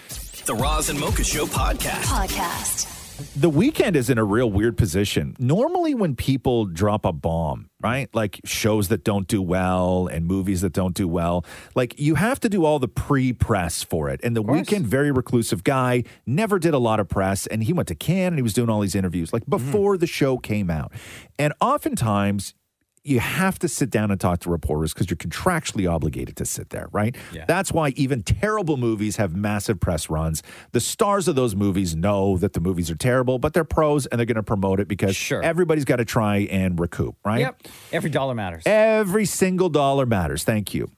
Speaker 1: The Roz and Mocha Show podcast.
Speaker 11: Podcast.
Speaker 4: The weekend is in a real weird position. Normally, when people drop a bomb, right, like shows that don't do well and movies that don't do well, like you have to do all the pre press for it. And the weekend, very reclusive guy, never did a lot of press. And he went to Cannes and he was doing all these interviews like before the show came out. And oftentimes, you have to sit down and talk to reporters because you're contractually obligated to sit there, right? That's why even terrible movies have massive press runs. The stars of those movies know that the movies are terrible, but they're pros and they're going to promote it because everybody's got to try and recoup, right?
Speaker 7: Yep, every dollar matters.
Speaker 4: Every single dollar matters. Thank you.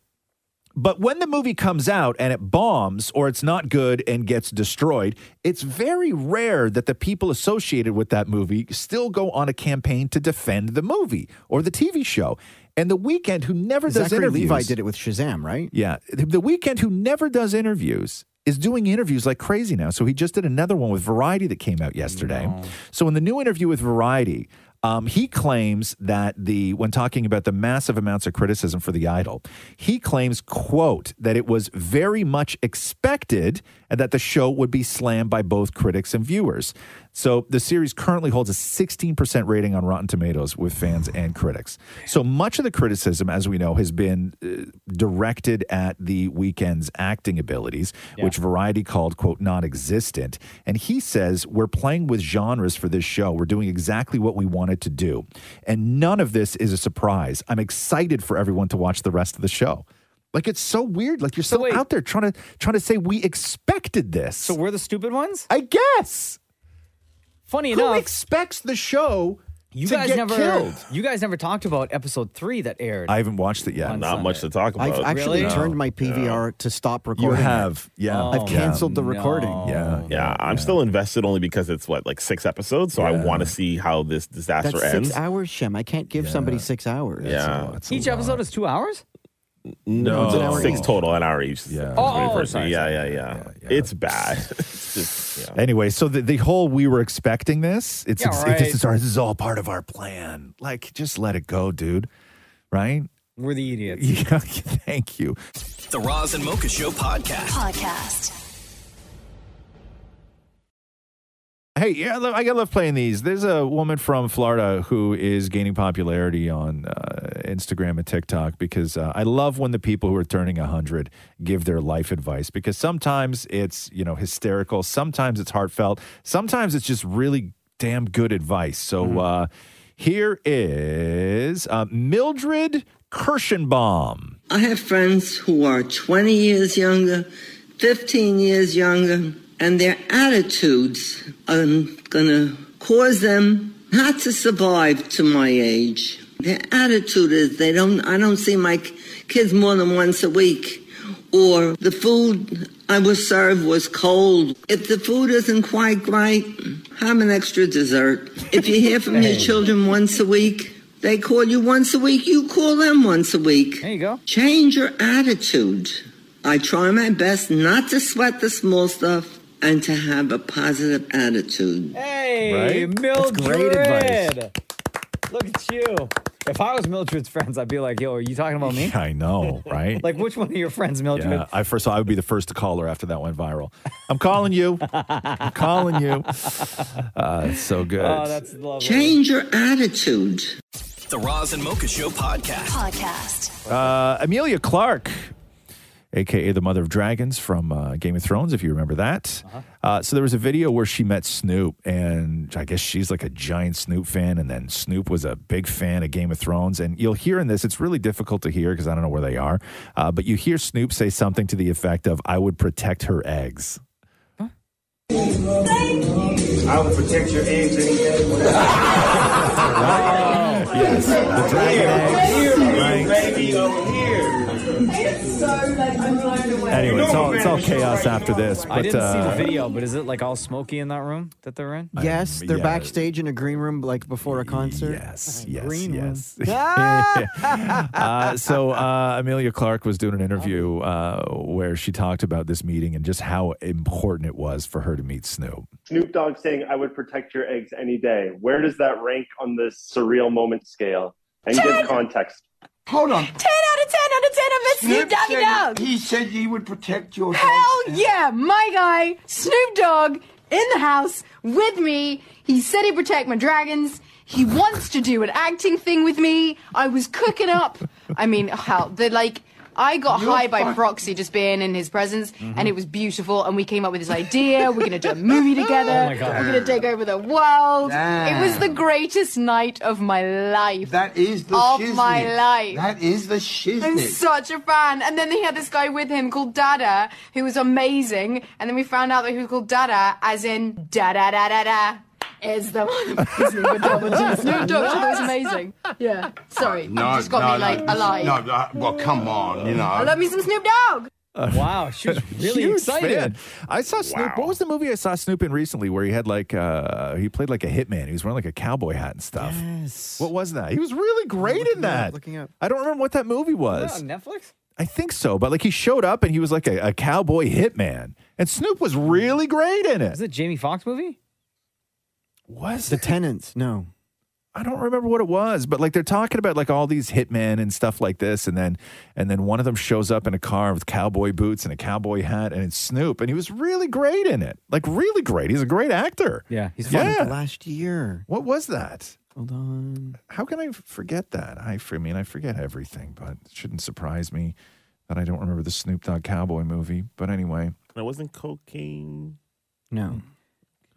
Speaker 4: But when the movie comes out and it bombs or it's not good and gets destroyed, it's very rare that the people associated with that movie still go on a campaign to defend the movie or the TV show. And The Weeknd, who never does
Speaker 8: Zachary
Speaker 4: interviews,
Speaker 8: Levi did it with Shazam, right?
Speaker 4: yeah. The Weekend, who never does interviews, is doing interviews like crazy now. So he just did another one with Variety that came out yesterday. So in the new interview with Variety, um, he claims that the when talking about the massive amounts of criticism for the idol, he claims quote that it was very much expected and that the show would be slammed by both critics and viewers. So the series currently holds a 16% rating on Rotten Tomatoes with fans and critics. So much of the criticism, as we know, has been uh, directed at the weekend's acting abilities, which Variety called, quote, non existent. And he says, We're playing with genres for this show. We're doing exactly what we wanted to do. And none of this is a surprise. I'm excited for everyone to watch the rest of the show. Like it's so weird. Like you're still out there trying to trying to say we expected this. So
Speaker 7: we're the stupid ones?
Speaker 4: I guess.
Speaker 7: Funny
Speaker 4: Who
Speaker 7: enough,
Speaker 4: expects the show
Speaker 7: Oh, you
Speaker 4: to
Speaker 7: guys
Speaker 4: get
Speaker 7: never
Speaker 4: killed?
Speaker 7: you guys never talked about episode three that aired.
Speaker 4: I haven't watched it yet.
Speaker 7: On Not Sunday. much to
Speaker 12: talk
Speaker 8: I've actually turned my
Speaker 4: Oh,
Speaker 8: PVR to stop recording. it. I've canceled the recording.
Speaker 4: Yeah,
Speaker 12: Oh, yeah. I'm still invested only because it's what like six episodes, so I want to see how this disaster
Speaker 8: That's
Speaker 12: ends.
Speaker 8: six hours, Shem. I can't give somebody six hours.
Speaker 12: Yeah.
Speaker 7: Each episode is two hours.
Speaker 12: No,
Speaker 4: No, it's an hour
Speaker 12: six
Speaker 4: each.
Speaker 12: total an hour each.
Speaker 4: Yeah.
Speaker 12: Oh,
Speaker 4: Oh,
Speaker 12: yeah,
Speaker 4: sorry,
Speaker 12: yeah, yeah, yeah. It's bad. It's just, yeah.
Speaker 4: Anyway, so the, the whole we were expecting this. It's
Speaker 12: Yeah,
Speaker 4: ex-
Speaker 12: right.
Speaker 4: this is our this is all part of our plan. Like, just let it go, dude. Right?
Speaker 7: We're the idiots.
Speaker 4: Yeah, thank you.
Speaker 1: The Roz and Mocha Show podcast.
Speaker 11: Podcast.
Speaker 4: Hey, yeah, I love, I gotta love playing these. There's a woman from Florida who is gaining popularity on uh, Instagram and TikTok because uh, I love when the people who are turning 100 give their life advice because sometimes it's, you know, hysterical. Sometimes it's heartfelt. Sometimes it's just really damn good advice. So uh, here is uh, Mildred Kirschenbaum.
Speaker 2: I have friends who are 20 years younger, 15 years younger, and their attitudes are going to cause them not to survive to my age. Their attitude is they don't, I don't see my k- kids more than once a week, or the food I was served was cold. If the food isn't quite right, have an extra dessert. If you hear from your children once a week, they call you once a week, you call them once a week. There you go. Change your attitude. I try my best not to sweat the small stuff and to have a positive attitude.
Speaker 7: Hey,
Speaker 2: Right?
Speaker 7: Mildred.
Speaker 2: That's great advice.
Speaker 7: Look at you. If I was Mildred's friends, I'd be like, yo, are you talking about me?
Speaker 4: I know, right?
Speaker 7: like, which one of your friends, Mildred?
Speaker 4: Yeah, I first saw I would be the first to call her after that went viral. I'm calling you. I'm calling you. Uh, it's so good.
Speaker 1: Oh, that's
Speaker 2: lovely. Change your attitude.
Speaker 1: The Roz and Mocha Show podcast. Podcast.
Speaker 4: Uh, Amelia Clark, aka the Mother of Dragons from uh, Game of Thrones, if you remember that. uh so there was a video where she met Snoop, and I guess she's like a giant Snoop fan, and then Snoop was a big fan of Game of Thrones. And you'll hear in this, it's really difficult to hear because I don't know where they are, uh, but you hear Snoop say something to the effect of, "I would protect her eggs."
Speaker 21: I will protect your eggs any day. yes, the dragon
Speaker 11: It's so like I'm blown away.
Speaker 4: Anyway, it's all, it's all chaos after this. But
Speaker 7: I didn't see
Speaker 4: uh,
Speaker 7: the video, but is it like all smoky in that room that they're in?
Speaker 8: Yes, they're
Speaker 7: yeah.
Speaker 8: backstage in a green room like before a concert. Yes,
Speaker 4: yes,
Speaker 8: green
Speaker 4: yes.
Speaker 8: Room.
Speaker 4: uh, so uh, Amelia Clark was doing an interview uh, where she talked about this meeting and just how important it was for her to meet Snoop.
Speaker 22: Snoop Dogg saying, I would protect your eggs any day. Where does that rank on the surreal moment scale? And
Speaker 23: Ted!
Speaker 22: give context.
Speaker 23: Hold on. 10 out of 10 out of 10 of Miss Snoop Doggy Dog.
Speaker 21: He said he would protect your
Speaker 23: Hell yeah, my guy, Snoop Dogg, in the house with me. He said he'd protect my dragons. He wants to do an acting thing with me. I was cooking up. I mean, how the like. I got
Speaker 24: You're
Speaker 23: high by
Speaker 24: fine.
Speaker 23: proxy just being in his presence, and it was beautiful. And we came up with this idea: we're gonna do a movie together.
Speaker 24: Oh my God.
Speaker 23: We're gonna take over the world. It was
Speaker 24: Damn.
Speaker 23: the greatest night of my life. That is
Speaker 21: the
Speaker 23: of
Speaker 21: shiznit.
Speaker 23: my life.
Speaker 21: That is the shiznit.
Speaker 23: I'm such a fan. And then he had this guy with him called Dada, who was amazing. And then we found out that he was called Dada, as in da da da da da. Is the with double G. Snoop Dogg. That was amazing. Yeah. Sorry, you just got me like alive.
Speaker 21: No, I- well, come on, you know.
Speaker 23: I love me some Snoop Dogg.
Speaker 4: wow, she was
Speaker 23: really excited.
Speaker 4: uh, I saw Snoop. What was the movie I saw Snoop in recently where he had like uh, he played like a hitman? He was wearing like a cowboy hat and stuff. Yes. What was that? He was really great in that.
Speaker 8: looking up.
Speaker 4: I don't remember what that movie was.
Speaker 7: on Netflix?
Speaker 4: I think so, but like he showed up and he was like a, a cowboy hitman, and Snoop was really great in it.
Speaker 7: Is it Jamie Foxx movie?
Speaker 4: Was the
Speaker 8: tenants? No,
Speaker 4: I don't remember what it was, but like they're talking about like all these hitmen and stuff like this, and then and then one of them shows up in a car with cowboy boots and a cowboy hat, and it's Snoop, and he was really great in it, like really great. He's a great actor.
Speaker 7: Yeah, he's
Speaker 8: funny.
Speaker 4: Yeah.
Speaker 8: Last year.
Speaker 4: What was that?
Speaker 8: Hold on.
Speaker 4: How can I forget that? I, I mean, I forget everything, but it shouldn't surprise me that I don't remember the Snoop Dogg cowboy movie. But anyway,
Speaker 12: That wasn't cocaine.
Speaker 8: No.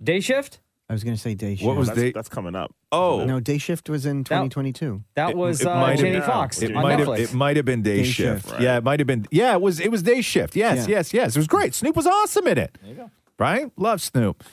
Speaker 7: Day shift?
Speaker 8: I was going to say day shift.
Speaker 12: that's, that's coming up?
Speaker 4: Oh.
Speaker 8: No, day shift was in 2022.
Speaker 7: That was
Speaker 4: might
Speaker 7: uh,
Speaker 4: have
Speaker 7: Jamie
Speaker 4: been-
Speaker 7: Foxx
Speaker 4: It
Speaker 7: on
Speaker 4: might have
Speaker 7: Netflix.
Speaker 4: it might have been day,
Speaker 8: Day
Speaker 4: shift.
Speaker 8: Shift.
Speaker 4: Yeah, it might have been. Yeah, it was it was day shift. Yes,
Speaker 8: Yeah.
Speaker 4: yes, yes. It was great. Snoop was awesome in it. There you go. Right? Love Snoop.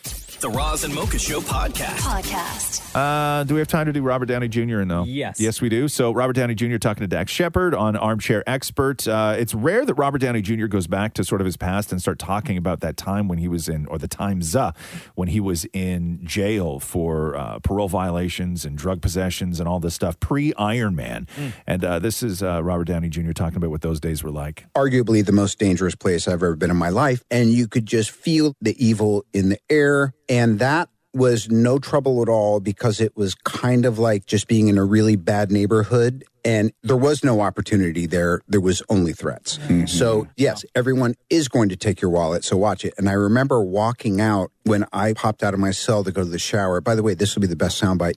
Speaker 1: The Roz and Mocha Show podcast. Podcast.
Speaker 4: Uh, do we have time to do Robert Downey Jr. or no?
Speaker 1: Yes.
Speaker 4: Yes, we do. So, Robert Downey Jr. talking to Dax Shepard on Armchair Expert. Uh, it's rare that Robert Downey Jr. goes back to sort of his past and start talking about that time when he was in, or the times uh, when he was in jail for uh, parole violations and drug possessions and all this stuff pre Iron Man. And uh, this is uh, Robert Downey Jr. talking about what those days were like.
Speaker 3: arguably the most dangerous place I've ever been in my life. And you could just feel the evil in the air. And that was no trouble at all because it was kind of like just being in a really bad neighborhood. And there was no opportunity there. There was only threats. So, yes, everyone is going to take your wallet. So, watch it. And I remember walking out when I popped out of my cell to go to the shower. By the way, this will be the best soundbite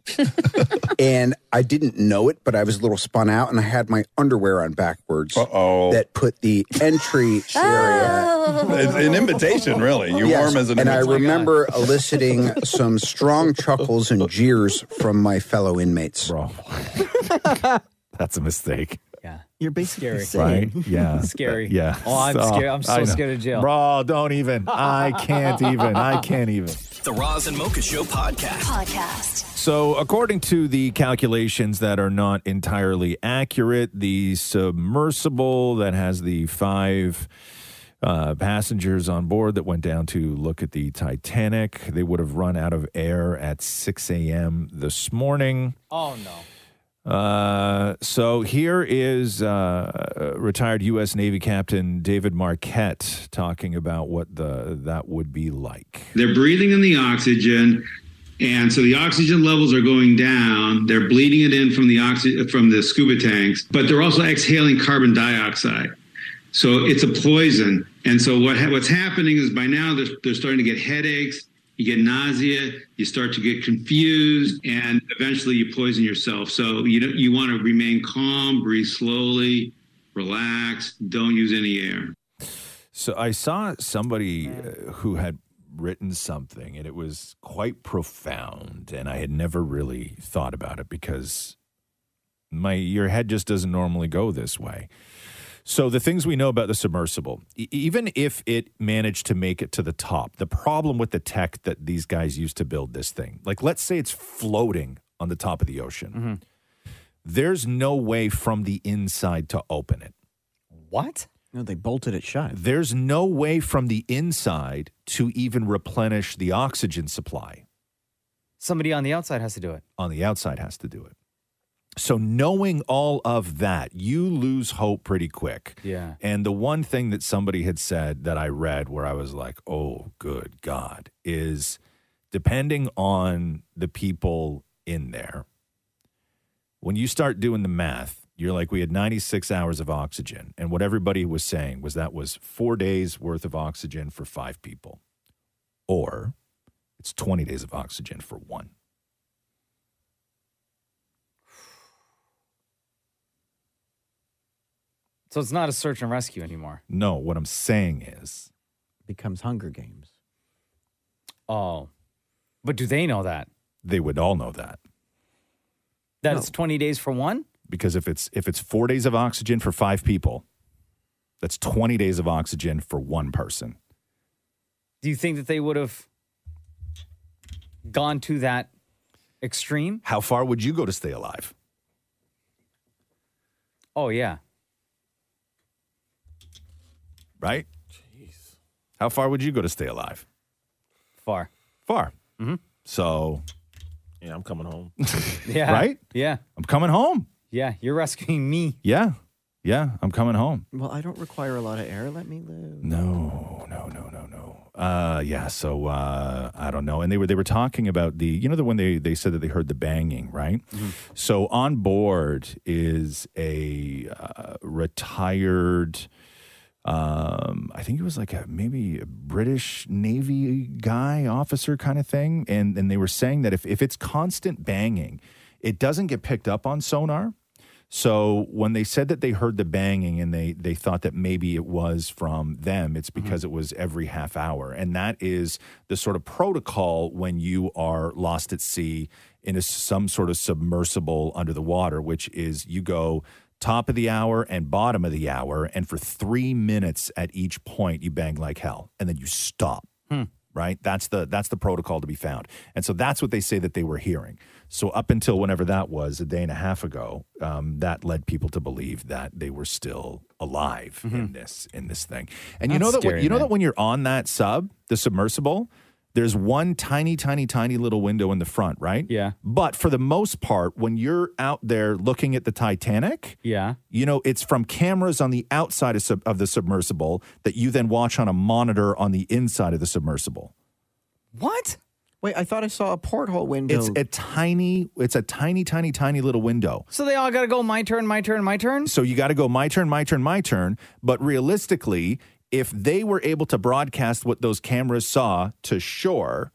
Speaker 3: and I didn't know it, but I was a little spun out, and I had my underwear on backwards. oh That put the entry area.
Speaker 9: It's an invitation, really. You wore 'em as an
Speaker 3: And I
Speaker 9: invitation.
Speaker 3: remember eliciting some strong chuckles and jeers from my fellow inmates.
Speaker 4: Bro. That's a mistake.
Speaker 8: You're basically
Speaker 4: Right?
Speaker 8: saying,
Speaker 4: Yeah. Yeah. I know. Bro, don't even. I can't even. I can't even.
Speaker 1: The Roz and Mocha Show podcast. Podcast.
Speaker 4: So, according to the calculations that are not entirely accurate, the submersible that has the five uh, passengers on board that went down to look at the Titanic, they would have run out of air at 6 a.m. this morning.
Speaker 7: Oh no.
Speaker 4: Uh, so here is uh, retired U.S. Navy Captain David Marquette talking about what the that would be like.
Speaker 6: They're breathing in the oxygen, and so the oxygen levels are going down. They're bleeding it in from the oxy- from the scuba tanks, but they're also exhaling carbon dioxide. So it's a poison. And so what ha- what's happening is by now they're, they're starting to get headaches. You get nausea. You start to get confused, and eventually you poison yourself. So you don't, you want to remain calm, breathe slowly, relax. Don't use any air.
Speaker 4: So I saw somebody uh, who had written something and it was quite profound and I had never really thought about it because my your head just doesn't normally go this way. So the things we know about the submersible, e- even if it managed to make it to the top, the problem with the tech that these guys used to build this thing. Like let's say it's floating on the top of the ocean. There's no way from the inside to open it.
Speaker 7: What?
Speaker 4: No, they bolted it shut. There's no way from the inside to even replenish the oxygen supply.
Speaker 7: Somebody on the outside has to do it.
Speaker 4: On the outside has to do it. So, knowing all of that, you lose hope pretty quick.
Speaker 7: Yeah.
Speaker 4: And the one thing that somebody had said that I read where I was like, oh, good God, is depending on the people in there, when you start doing the math, you're like, we had 96 hours of oxygen. And what everybody was saying was that was four days worth of oxygen for five people, or it's 20 days of oxygen for one.
Speaker 7: So it's not a search and rescue anymore.
Speaker 4: No, what I'm saying is
Speaker 8: becomes Hunger Games.
Speaker 7: Oh. But do they know that?
Speaker 4: they would all know that.
Speaker 7: That it's 20 days for one?
Speaker 4: because if it's if it's four days of oxygen for five people, that's twenty days of oxygen for one person.
Speaker 7: Do you think that they would have gone to that extreme?
Speaker 4: How far would you go to stay alive?
Speaker 7: Oh yeah.
Speaker 4: Right? Jeez. How far would you go to stay alive?
Speaker 7: Far.
Speaker 4: Far.
Speaker 7: Mm-hmm.
Speaker 4: So
Speaker 12: Yeah, I'm coming home.
Speaker 7: Yeah.
Speaker 4: Right?
Speaker 7: Yeah.
Speaker 4: I'm coming home.
Speaker 7: Yeah. You're rescuing me.
Speaker 4: Yeah. Yeah. I'm coming home.
Speaker 8: Well, I don't require a lot of air. Let me live.
Speaker 4: No, no, no, no, no. Uh, yeah. So uh, I don't know. And they were they were talking about the you know the one they they said that they heard the banging right. So on board is a uh, retired. Um, I think it was like a maybe a British Navy guy officer kind of thing, and and they were saying that if if it's constant banging, it doesn't get picked up on sonar. So when they said that they heard the banging and they they thought that maybe it was from them, it's because it was every half hour, and that is the sort of protocol when you are lost at sea in a, some sort of submersible under the water, which is you go top of the hour and bottom of the hour, and for three minutes at each point you bang like hell, and then you stop. right? That's the that's the protocol to be found. And so that's what they say that they were hearing. So up until whenever that was, a day and a half ago, um, that led people to believe that they were still alive in this in this thing. And you know that
Speaker 7: Mm-hmm. That's
Speaker 4: when-
Speaker 7: scary,
Speaker 4: you know
Speaker 7: man.
Speaker 4: that when you're on that sub, the submersible, there's one tiny, tiny, tiny little window in the front, right? Yeah. But for the most part, when you're out there looking at the Titanic,
Speaker 7: Yeah.
Speaker 4: you know, it's from cameras on the outside of, sub- of the submersible that you then watch on a monitor on the inside of the submersible.
Speaker 8: What? Wait, I thought I saw a porthole window.
Speaker 4: It's a tiny, it's a tiny, tiny, tiny little window.
Speaker 7: So they all got to go my turn, my turn, my turn?
Speaker 4: So you got to go my turn, my turn, my turn. But realistically, if they were able to broadcast what those cameras saw to shore,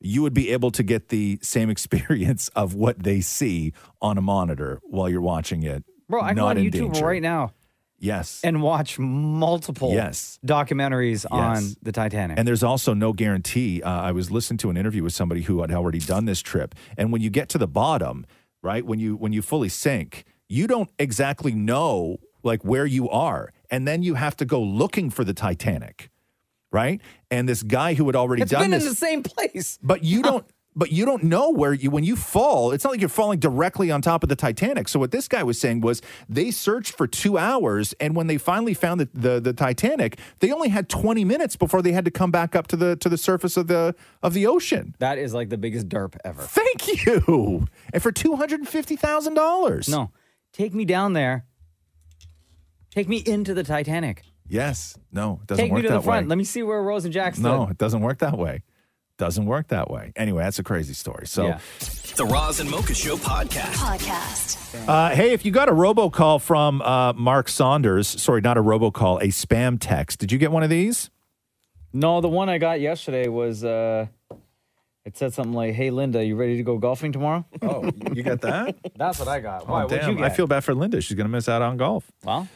Speaker 4: you would be able to get the same experience of what they see on a monitor while you're watching it.
Speaker 7: Bro, I can go
Speaker 4: not
Speaker 7: on
Speaker 4: in
Speaker 7: YouTube
Speaker 4: danger.
Speaker 7: right now
Speaker 4: Yes.
Speaker 7: and watch multiple
Speaker 4: Yes.
Speaker 7: documentaries on
Speaker 4: Yes.
Speaker 7: the Titanic.
Speaker 4: And there's also no guarantee. Uh, I was listening to an interview with somebody who had already done this trip, and when you get to the bottom, right when you when you fully sink, you don't exactly know like where you are, and then you have to go looking for the Titanic, right? And this guy who had already
Speaker 7: It's
Speaker 4: done
Speaker 7: been
Speaker 4: this,
Speaker 7: in the same place.
Speaker 4: but you don't. But you don't know where you when you fall. It's not like you're falling directly on top of the Titanic. So what this guy was saying was they searched for two hours, and when they finally found the, the, the Titanic, they only had 20 minutes before they had to come back up to the to the surface of the of the ocean.
Speaker 7: That is like the biggest derp ever.
Speaker 4: Thank you. And for two hundred and fifty thousand dollars.
Speaker 7: No. Take me down there. Take me into the Titanic.
Speaker 4: Yes. No. It doesn't
Speaker 7: Take
Speaker 4: work
Speaker 7: me to
Speaker 4: that
Speaker 7: the front.
Speaker 4: way.
Speaker 7: Let me see where Rose and Jack stood.
Speaker 4: no, it doesn't work that way. Doesn't work that way. Anyway, that's a crazy story. So.
Speaker 1: Yeah. The Roz and Mocha Show podcast. Podcast.
Speaker 4: Uh, hey, if you got a robocall from uh, Mark Saunders, sorry, not a robocall, a spam text. Did you get one of these?
Speaker 7: No, the one I got yesterday was uh it said something like, "Hey Linda, you ready to go golfing tomorrow?"
Speaker 4: Oh, you got that?
Speaker 7: That's what I got. Why?
Speaker 4: oh,
Speaker 7: What'd
Speaker 4: damn.
Speaker 7: you get?
Speaker 4: I feel bad for Linda. She's going to miss out on golf.
Speaker 7: Well,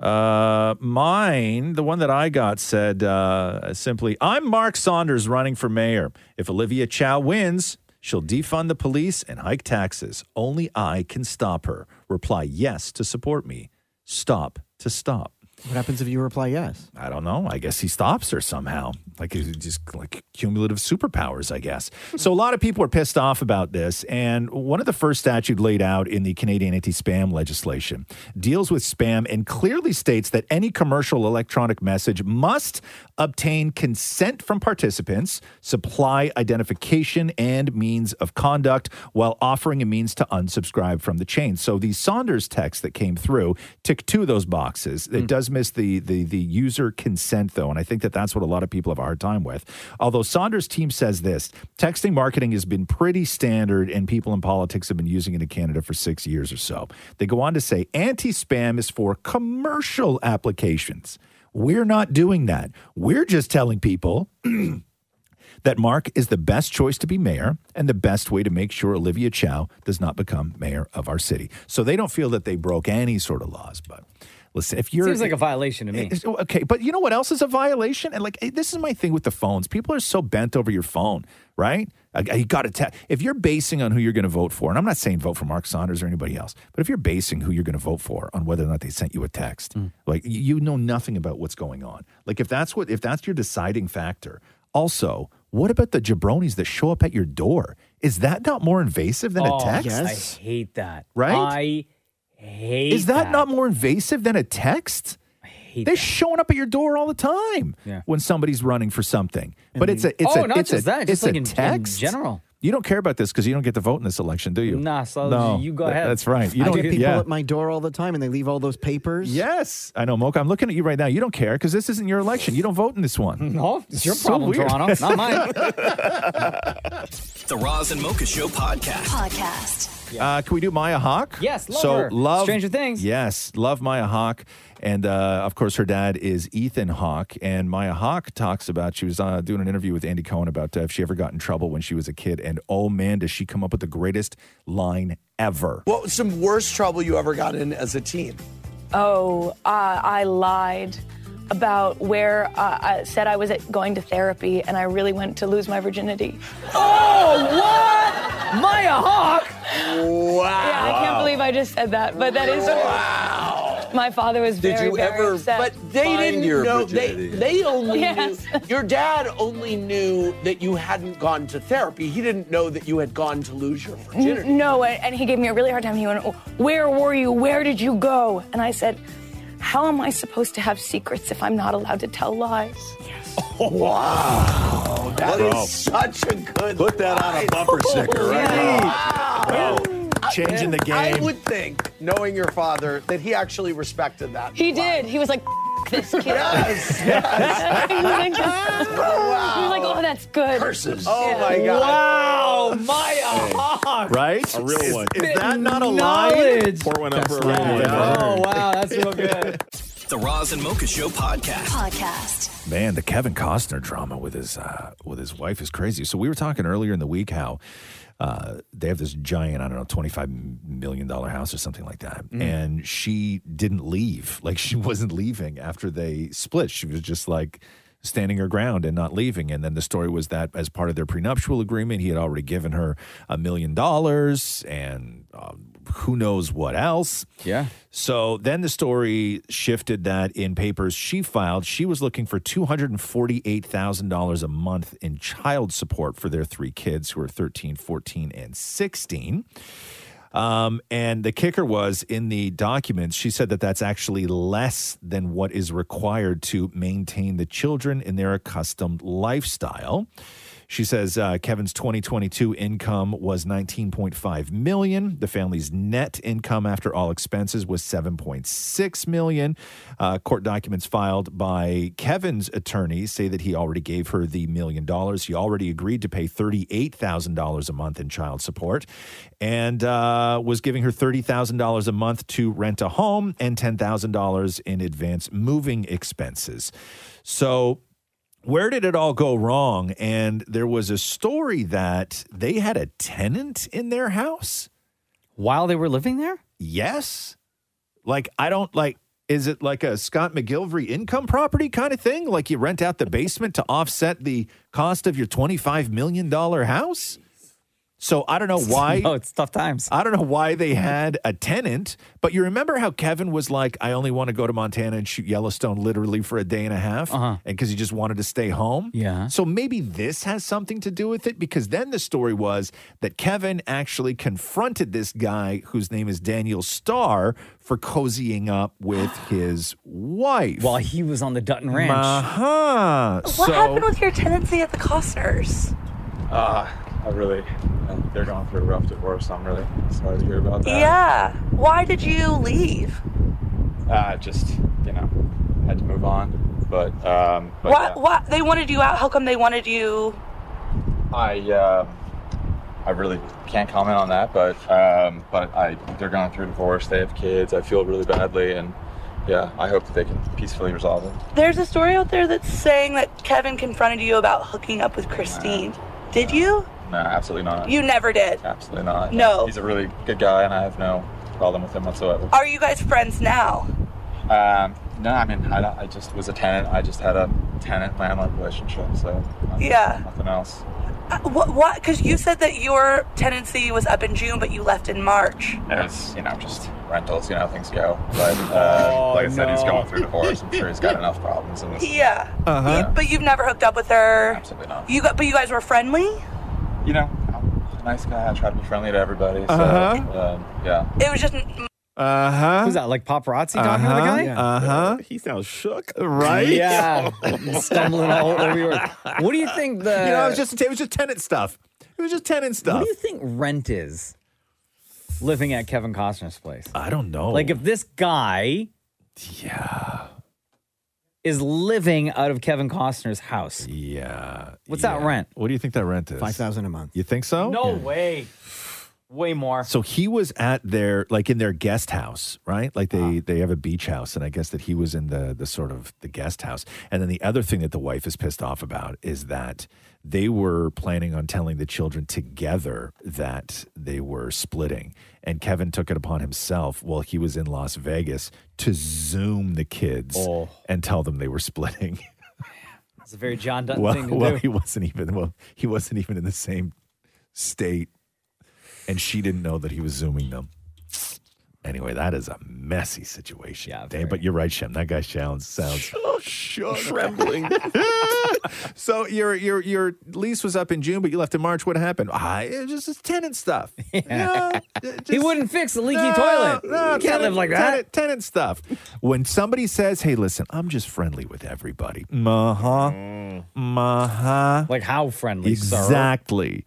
Speaker 4: uh, mine, the one that I got said uh, simply, I'm Mark Saunders running for mayor. If Olivia Chow wins, she'll defund the police and hike taxes. Only I can stop her. Reply yes to support me. Stop to stop.
Speaker 8: what happens if you reply yes?
Speaker 4: I don't know. I guess he stops her somehow. Like it's just like cumulative superpowers, I guess. So a lot of people are pissed off about this. And one of the first statutes laid out in the Canadian anti-spam legislation deals with spam and clearly states that any commercial electronic message must obtain consent from participants, supply identification and means of conduct while offering a means to unsubscribe from the chain. So the Saunders text that came through ticked two of those boxes. It does miss the the the user consent though, and I think that that's what a lot of people have a hard time with. Although Saunders' team says this, texting marketing has been pretty standard, and people in politics have been using it in Canada for six years or so. They go on to say anti-spam is for commercial applications. We're not doing that. We're just telling people that Mark is the best choice to be mayor and the best way to make sure Olivia Chow does not become mayor of our city. So they don't feel that they broke any sort of laws. But listen, if you're
Speaker 7: seems like a violation to me.
Speaker 4: It's- okay, but you know what else is a violation? And like eh, this is my thing with the phones. People are so bent over your phone, right? I- I- You got to tell if you're basing on who you're going to vote for, and I'm not saying vote for Mark Saunders or anybody else, but if you're basing who you're going to vote for on whether or not they sent you a text, like you you know nothing about what's going on. Like if that's what if that's your deciding factor. Also, what about the jabronis that show up at your door? Is that not more invasive than
Speaker 7: Oh,
Speaker 4: a text?
Speaker 7: I hate that.
Speaker 4: Right?
Speaker 7: I hate
Speaker 4: Is that, not more invasive than a text? They're showing up at your door all the time
Speaker 7: Yeah.
Speaker 4: when somebody's running for something. But it's a it's
Speaker 7: Oh,
Speaker 4: a
Speaker 7: not
Speaker 4: it's
Speaker 7: just
Speaker 4: a
Speaker 7: that, just
Speaker 4: it's
Speaker 7: like
Speaker 4: a
Speaker 7: in- in
Speaker 4: text
Speaker 7: general.
Speaker 4: You don't care about this because you don't get to vote in this election, do you?
Speaker 7: Nah, so you go
Speaker 4: Th-
Speaker 7: ahead.
Speaker 4: That's right. You
Speaker 8: I
Speaker 4: don't
Speaker 8: get people
Speaker 4: yeah.
Speaker 8: at my door all the time, and they leave all those papers.
Speaker 4: Yes, I know, Mocha. I'm looking at you right now. You don't care because this isn't your election. You don't vote in this one.
Speaker 7: No, it's your
Speaker 4: So
Speaker 7: problem,
Speaker 4: weird.
Speaker 7: Toronto, not mine.
Speaker 1: The Roz and Mocha Show podcast. Podcast.
Speaker 4: Uh, can we do Maya Hawk?
Speaker 1: Yes, love
Speaker 4: so
Speaker 1: her.
Speaker 4: love
Speaker 1: Stranger Things.
Speaker 4: Yes, love Maya Hawk, and uh, of course her dad is Ethan Hawk. And Maya Hawk talks about she was uh, doing an interview with Andy Cohen about uh, if she ever got in trouble when she was a kid, and oh man, does she come up with the greatest line ever.
Speaker 5: What was some worst trouble you ever got in as a teen?
Speaker 10: Oh, uh, I lied about where uh, I said I was at going to therapy and I really went to lose my virginity.
Speaker 7: Oh, what? Maya Hawk?
Speaker 10: Wow. Yeah, I
Speaker 7: Wow.
Speaker 10: can't believe I just said that, but that is wow.
Speaker 25: my father was
Speaker 14: Did
Speaker 25: very,
Speaker 14: you
Speaker 25: very
Speaker 14: ever-
Speaker 25: upset.
Speaker 14: But they didn't know. They, they only knew. Your dad only knew that you hadn't gone to therapy. He didn't know that you had gone to lose your virginity.
Speaker 25: N- No, and and he gave me a really hard time. He went, "Oh, Where were you? Where did you go? And I said, How am I supposed to have secrets if I'm not allowed to tell lies?
Speaker 14: Wow. that is
Speaker 25: Wow.
Speaker 14: such a good
Speaker 6: Put that on a bumper sticker right
Speaker 14: now.
Speaker 4: Wow. Changing the
Speaker 14: I
Speaker 4: game.
Speaker 14: would think, knowing your father, that he actually respected that.
Speaker 25: He did. He was like, "F- This kid.
Speaker 14: Yes,
Speaker 25: he was like, he was like, Oh, that's good.
Speaker 14: Curses. Oh my God.
Speaker 7: Wow, my
Speaker 4: Right?
Speaker 12: A real one.
Speaker 4: Is that not a lie?
Speaker 1: Knowledge.
Speaker 12: Pour one up for a
Speaker 4: That's
Speaker 12: rainy
Speaker 4: right.
Speaker 12: day.
Speaker 1: Oh,
Speaker 7: wow, that's real good.
Speaker 1: The Roz and Mocha Show podcast. Podcast.
Speaker 4: Man, the Kevin Costner drama with his uh, with his wife is crazy. So we were talking earlier in the week how uh, they have this giant, I don't know, twenty five million dollar house or something like that,
Speaker 26: Mm.
Speaker 4: and she didn't leave. Like she wasn't leaving after they split. She was just like standing her ground and not leaving. And then the story was that as part of their prenuptial agreement, he had already given her a million dollars and um, who knows what else.
Speaker 7: Yeah.
Speaker 4: So then the story shifted that in papers she filed, she was looking for $248,000 a month in child support for their three kids who are 13, 14, and 16. Um, and the kicker was in the documents, she said that that's actually less than what is required to maintain the children in their accustomed lifestyle. She says uh, Kevin's 2022 income was 19.5 million. The family's net income after all expenses was 7.6 million. Uh, court documents filed by Kevin's attorney say that he already gave her the million dollars. He already agreed to pay $38,000 a month in child support and uh, was giving her $30,000 a month to rent a home and $10,000 in advance moving expenses. So where did it all go wrong? And there was a story that they had a tenant in their house
Speaker 7: while they were living there.
Speaker 4: Yes, like I don't like. Is it like a Scott McGilvery income property kind of thing? Like you rent out the basement to offset the cost of your twenty-five million dollar house? So I don't know why.
Speaker 7: No, Oh, it's tough times.
Speaker 4: I don't know why they had a tenant, but you remember how Kevin was like, "I only want to go to Montana and shoot Yellowstone literally for a day and a half,"
Speaker 7: Uh-huh.
Speaker 4: and because he just wanted to stay home.
Speaker 7: Yeah.
Speaker 4: So maybe this has something to do with it, because then the story was that Kevin actually confronted this guy whose name is Daniel Starr for cozying up with his wife
Speaker 7: while he was on the Dutton Ranch.
Speaker 4: Uh-huh.
Speaker 27: What
Speaker 4: so,
Speaker 27: happened with your tenancy at the Costners?
Speaker 24: Uh, I really, uh, they're going through a rough divorce. I'm really sorry to hear about that.
Speaker 27: yeah. Why did you leave?
Speaker 24: Uh, just, you know, had to move on. But, um, but
Speaker 27: Why, why they wanted you out? How come they wanted you?
Speaker 24: yeah, I, uh, I really can't comment on that. But, um, but I, they're going through a divorce. They have kids. I feel really badly. And yeah, I hope that they can peacefully resolve it.
Speaker 27: There's a story out there that's saying that Kevin confronted you about hooking up with Christine. Did you?
Speaker 24: No, absolutely not.
Speaker 27: You never did.
Speaker 24: Uh, Absolutely not.
Speaker 27: No.
Speaker 24: He's a really good guy and I have no problem with him whatsoever.
Speaker 27: Are you guys friends now?
Speaker 24: Um, no, I mean, I, don't- I just was a tenant. I just had a tenant landlord relationship, so nothing,
Speaker 27: Yeah.
Speaker 24: nothing else.
Speaker 27: Uh, What? What? Because you said that your tenancy was up in June, but you left in March.
Speaker 24: It was, you know, just rentals, you know, how things go. But uh,
Speaker 7: Oh,
Speaker 24: like I said, he's going through divorce. I'm sure he's got enough problems in this.
Speaker 27: Yeah.
Speaker 24: Uh-huh.
Speaker 27: You- but you've never hooked up with her.
Speaker 24: Absolutely not.
Speaker 27: You got, but you guys were friendly.
Speaker 24: You know, I'm a nice guy. I try to be friendly to everybody. So,
Speaker 27: Uh-huh.
Speaker 24: um, yeah.
Speaker 27: It was just
Speaker 4: Uh huh.
Speaker 7: Who's that? Like paparazzi talking to the guy?
Speaker 4: Uh huh.
Speaker 24: He sounds shook,
Speaker 4: right?
Speaker 7: Yeah, stumbling all over your. What do you think the?
Speaker 4: You know, it was just it was just tenant stuff. It was just tenant stuff.
Speaker 7: What do you think rent is? Living at Kevin Costner's place.
Speaker 4: I don't know.
Speaker 7: Like if this guy,
Speaker 4: yeah,
Speaker 7: is living out of Kevin Costner's house.
Speaker 4: Yeah.
Speaker 7: What's that
Speaker 4: Yeah.
Speaker 7: rent?
Speaker 4: What do you think that rent is?
Speaker 7: Five
Speaker 4: thousand a month. You think so?
Speaker 7: No way. Way more.
Speaker 4: So he was at their like in their guest house, right? Like they
Speaker 7: Uh-huh.
Speaker 4: they have a beach house, and I guess that he was in the the sort of the guest house. And then the other thing that the wife is pissed off about is that they were planning on telling the children together that they were splitting. And Kevin took it upon himself while he was in Las Vegas to zoom the kids
Speaker 7: Oh.
Speaker 4: and tell them they were splitting.
Speaker 7: It's a very John Dutton
Speaker 4: well,
Speaker 7: thing to
Speaker 4: well,
Speaker 7: do.
Speaker 4: he wasn't even well, he wasn't even in the same state, and she didn't know that he was zooming them. anyway, that is a messy situation. Yeah, but you're right, Shem. That guy sounds sounds
Speaker 12: trembling.
Speaker 4: so your your your lease was up in June, but you left in March. What happened? I it just it's tenant stuff.
Speaker 7: he wouldn't fix the leaky
Speaker 4: No,
Speaker 7: toilet.
Speaker 4: no,
Speaker 7: you can't live like
Speaker 4: Tenant,
Speaker 7: that.
Speaker 4: tenant stuff. When somebody says, "Hey, listen, I'm just friendly with everybody," uh huh, uh huh,
Speaker 7: Mm. like how friendly,
Speaker 1: sir?
Speaker 4: exactly.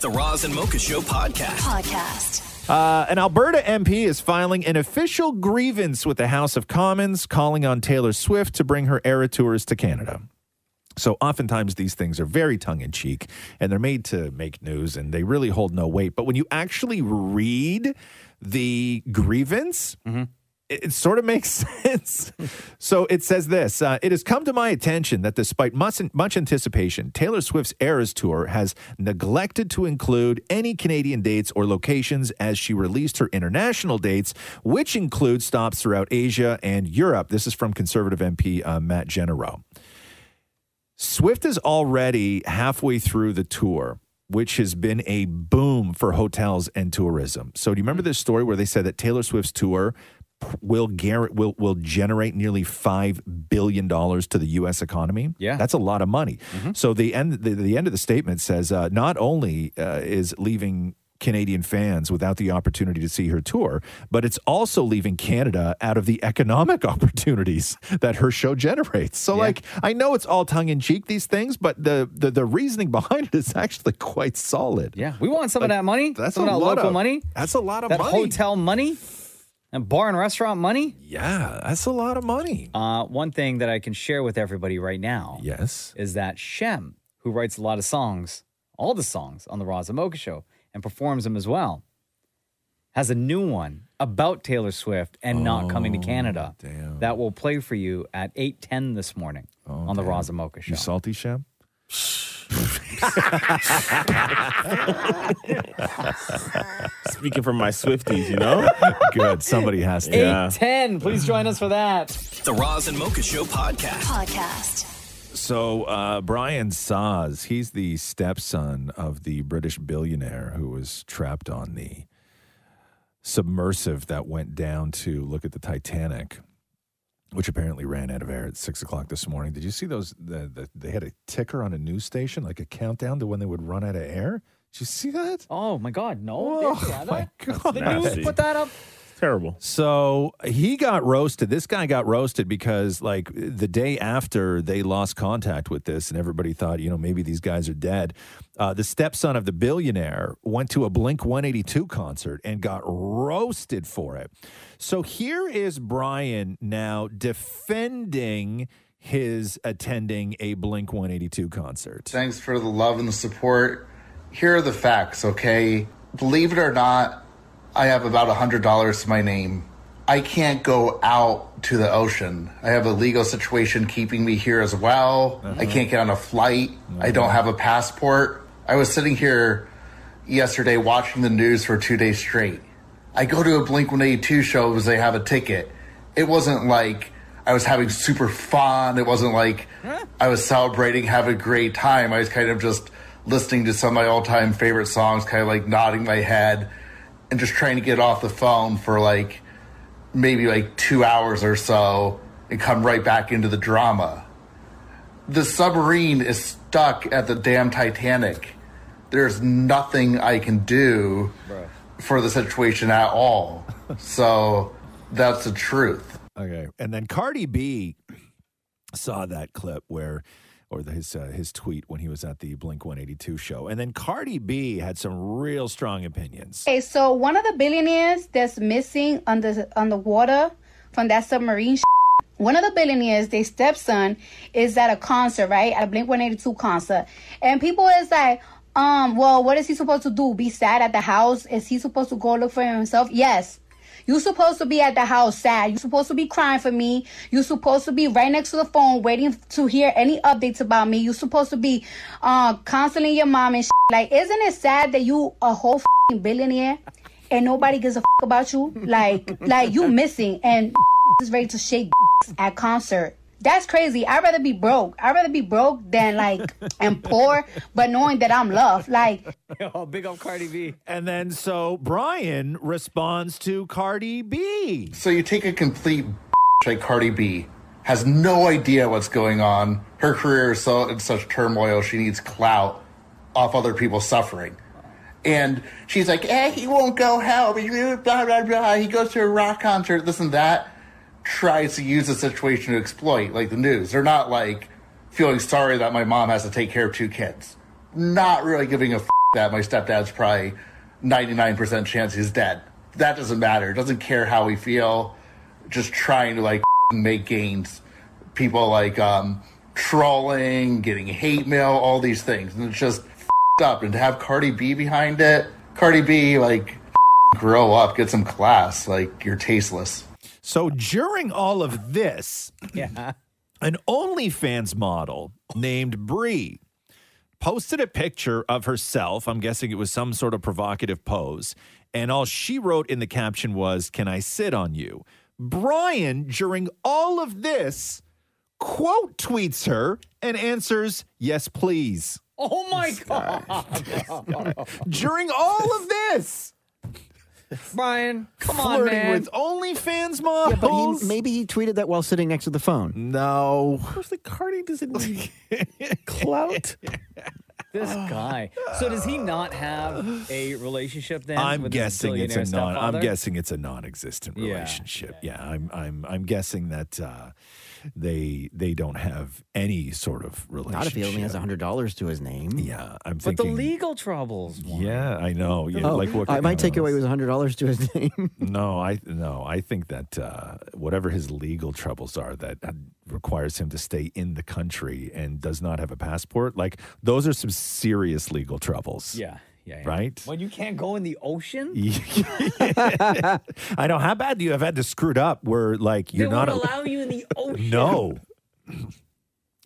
Speaker 1: The Roz and Mocha Show podcast. Podcast.
Speaker 4: Uh, an Alberta MP is filing an official grievance with the House of Commons, calling on Taylor Swift to bring her era tours to Canada. So, oftentimes, these things are very tongue in cheek and they're made to make news and they really hold no weight. But when you actually read the grievance, it, it sort of makes sense. so, it says this uh, It has come to my attention that despite much, much anticipation, Taylor Swift's Eras Tour has neglected to include any Canadian dates or locations as she released her international dates, which include stops throughout Asia and Europe. This is from Conservative MP uh, Matt Genero. Swift is already halfway through the tour, which has been a boom for hotels and tourism. So, do you remember this story where they said that Taylor Swift's tour will gar- will will generate nearly five billion dollars to the U.S. economy? Yeah, that's a lot of money.
Speaker 7: Mm-hmm.
Speaker 4: So the end the, the end of the statement says uh, not only uh, is leaving. Canadian fans without the opportunity to see her tour, but it's also leaving Canada out of the economic opportunities that her show generates. So, like, I know it's all tongue in cheek these things, but the, the the reasoning behind it is actually quite solid.
Speaker 7: Yeah, we want some of that money.
Speaker 4: That's
Speaker 7: some
Speaker 4: a
Speaker 7: of that
Speaker 4: lot
Speaker 7: local
Speaker 4: of-
Speaker 7: money.
Speaker 4: That's a lot of
Speaker 7: that
Speaker 4: money.
Speaker 7: hotel money and bar and restaurant money.
Speaker 4: Yeah, that's a lot of money.
Speaker 7: Uh, one thing that I can share with everybody right now,
Speaker 4: yes,
Speaker 7: is that Shem, who writes a lot of songs, all the songs on the Raza Mocha Show, and performs them as well, has a new one about Taylor Swift and not coming to
Speaker 4: Oh,
Speaker 7: Canada. That will play for you at eight ten this morning
Speaker 4: Oh,
Speaker 7: on the Raza Mocha Show.
Speaker 4: You salty, Shem?
Speaker 12: Speaking from my Swifties, you know?
Speaker 4: Good. Somebody has
Speaker 7: Eight ten. Please join us for that.
Speaker 1: The Roz and Mocha Show podcast.
Speaker 11: Podcast.
Speaker 4: So uh, Brian Saz, he's the stepson of the British billionaire who was trapped on the submersive that went down to look at the Titanic, which apparently ran out of air at six o'clock this morning. Did you see those? The, the, they had a ticker on a news station, like a countdown to when they would run out of air. Did you see that?
Speaker 7: Oh my God, no!
Speaker 4: Oh my God,
Speaker 7: The news put that up.
Speaker 12: Terrible.
Speaker 4: So he got roasted. This guy got roasted because, like, the day after they lost contact with this, and everybody thought, you know, maybe these guys are dead. Uh, the stepson of the billionaire went to a Blink 182 concert and got roasted for it. So here is Brian now defending his attending a Blink 182 concert.
Speaker 15: Thanks for the love and the support. Here are the facts, okay? Believe it or not, I have about $100 to my name. I can't go out to the ocean. I have a legal situation keeping me here as well. I can't get on a flight. I don't have a passport. I was sitting here yesterday watching the news for two days straight. I go to a Blink 182 show because they have a ticket. It wasn't like I was having super fun. It wasn't like I was celebrating, having a great time. I was kind of just listening to some of my all time favorite songs, kind of like nodding my head and just trying to get off the phone for like maybe like two hours or so and come right back into the drama. The submarine is stuck at the damn Titanic. There's nothing I can do for the situation at all. so that's the truth.
Speaker 4: Okay. And then Cardi B saw that clip where, or the- his uh, his tweet when he was at the Blink 182 show. And then Cardi B had some real strong opinions.
Speaker 16: Okay, so one of the billionaires that's missing on the on the water from that submarine. one of the billionaires, their stepson, is at a concert, right? At a Blink 182 concert. And people is like, um, well, what is he supposed to do? Be sad at the house? Is he supposed to go look for himself? Yes. You supposed to be at the house sad. You supposed to be crying for me. You supposed to be right next to the phone waiting to hear any updates about me. You supposed to be uh counseling your mom and shit. like isn't it sad that you a whole fing billionaire and nobody gives a f- about you? Like like you missing and is ready to shake at concert. That's crazy. I'd rather be broke. I'd rather be broke than like and poor, but knowing that I'm loved. Like
Speaker 7: oh, big up Cardi B.
Speaker 4: And then so Brian responds to Cardi B.
Speaker 15: So you take a complete like Cardi B has no idea what's going on. Her career is so in such turmoil. She needs clout off other people's suffering. And she's like, eh, he won't go help. He- Blah, blah, blah. He goes to a rock concert, this and that. Tries to use the situation to exploit, like the news. They're not like feeling sorry that my mom has to take care of two kids. Not really giving a f- that my stepdad's probably 99% chance he's dead. That doesn't matter. Doesn't care how we feel. Just trying to like make gains. People like um, trolling, getting hate mail, all these things. And it's just f***ed up. And to have Cardi B behind it, Cardi B, like, grow up, get some class. Like, you're tasteless.
Speaker 4: So during all of this,
Speaker 7: yeah.
Speaker 4: an OnlyFans model named Bree posted a picture of herself. I'm guessing it was some sort of provocative pose. And all she wrote in the caption was, Can I sit on you? Brian, during all of this, quote tweets her and answers, Yes, please.
Speaker 7: Oh my god.
Speaker 4: During all of this,
Speaker 7: Brian, come on,
Speaker 4: Flirting
Speaker 7: man.
Speaker 4: with OnlyFans
Speaker 8: Yeah,
Speaker 4: models.
Speaker 8: but he, maybe he tweeted that while sitting next to the phone.
Speaker 4: No.
Speaker 12: Firstly, Cardi doesn't need clout.
Speaker 7: this guy. So does he not have a relationship then?
Speaker 4: I'm
Speaker 7: with his
Speaker 4: guessing it's a
Speaker 7: billionaire
Speaker 4: non. I'm
Speaker 7: stepfather?
Speaker 4: guessing it's a non-existent relationship. Yeah, I'm. I'm. I'm guessing that uh, they they don't have any sort of relationship.
Speaker 8: Not if he only has hundred dollars to his name.
Speaker 4: Yeah, I'm
Speaker 7: But the
Speaker 4: thinking.
Speaker 7: legal troubles.
Speaker 4: yeah, I know. Yeah,
Speaker 8: Oh,
Speaker 4: like what?
Speaker 8: uh,
Speaker 4: could
Speaker 8: my
Speaker 4: come of
Speaker 8: takeaway was hundred dollars to his name.
Speaker 4: No, I no, I think that uh, whatever his legal troubles are that uh, requires him to stay in the country and does not have a passport, like those are some serious legal troubles.
Speaker 7: Yeah. Yeah, yeah.
Speaker 4: Right?
Speaker 7: When you can't go in the ocean?
Speaker 4: I know. How bad do you have had to screw it up where like you're
Speaker 7: they
Speaker 4: not
Speaker 7: won't
Speaker 4: a-
Speaker 7: allow you in the ocean.
Speaker 4: No.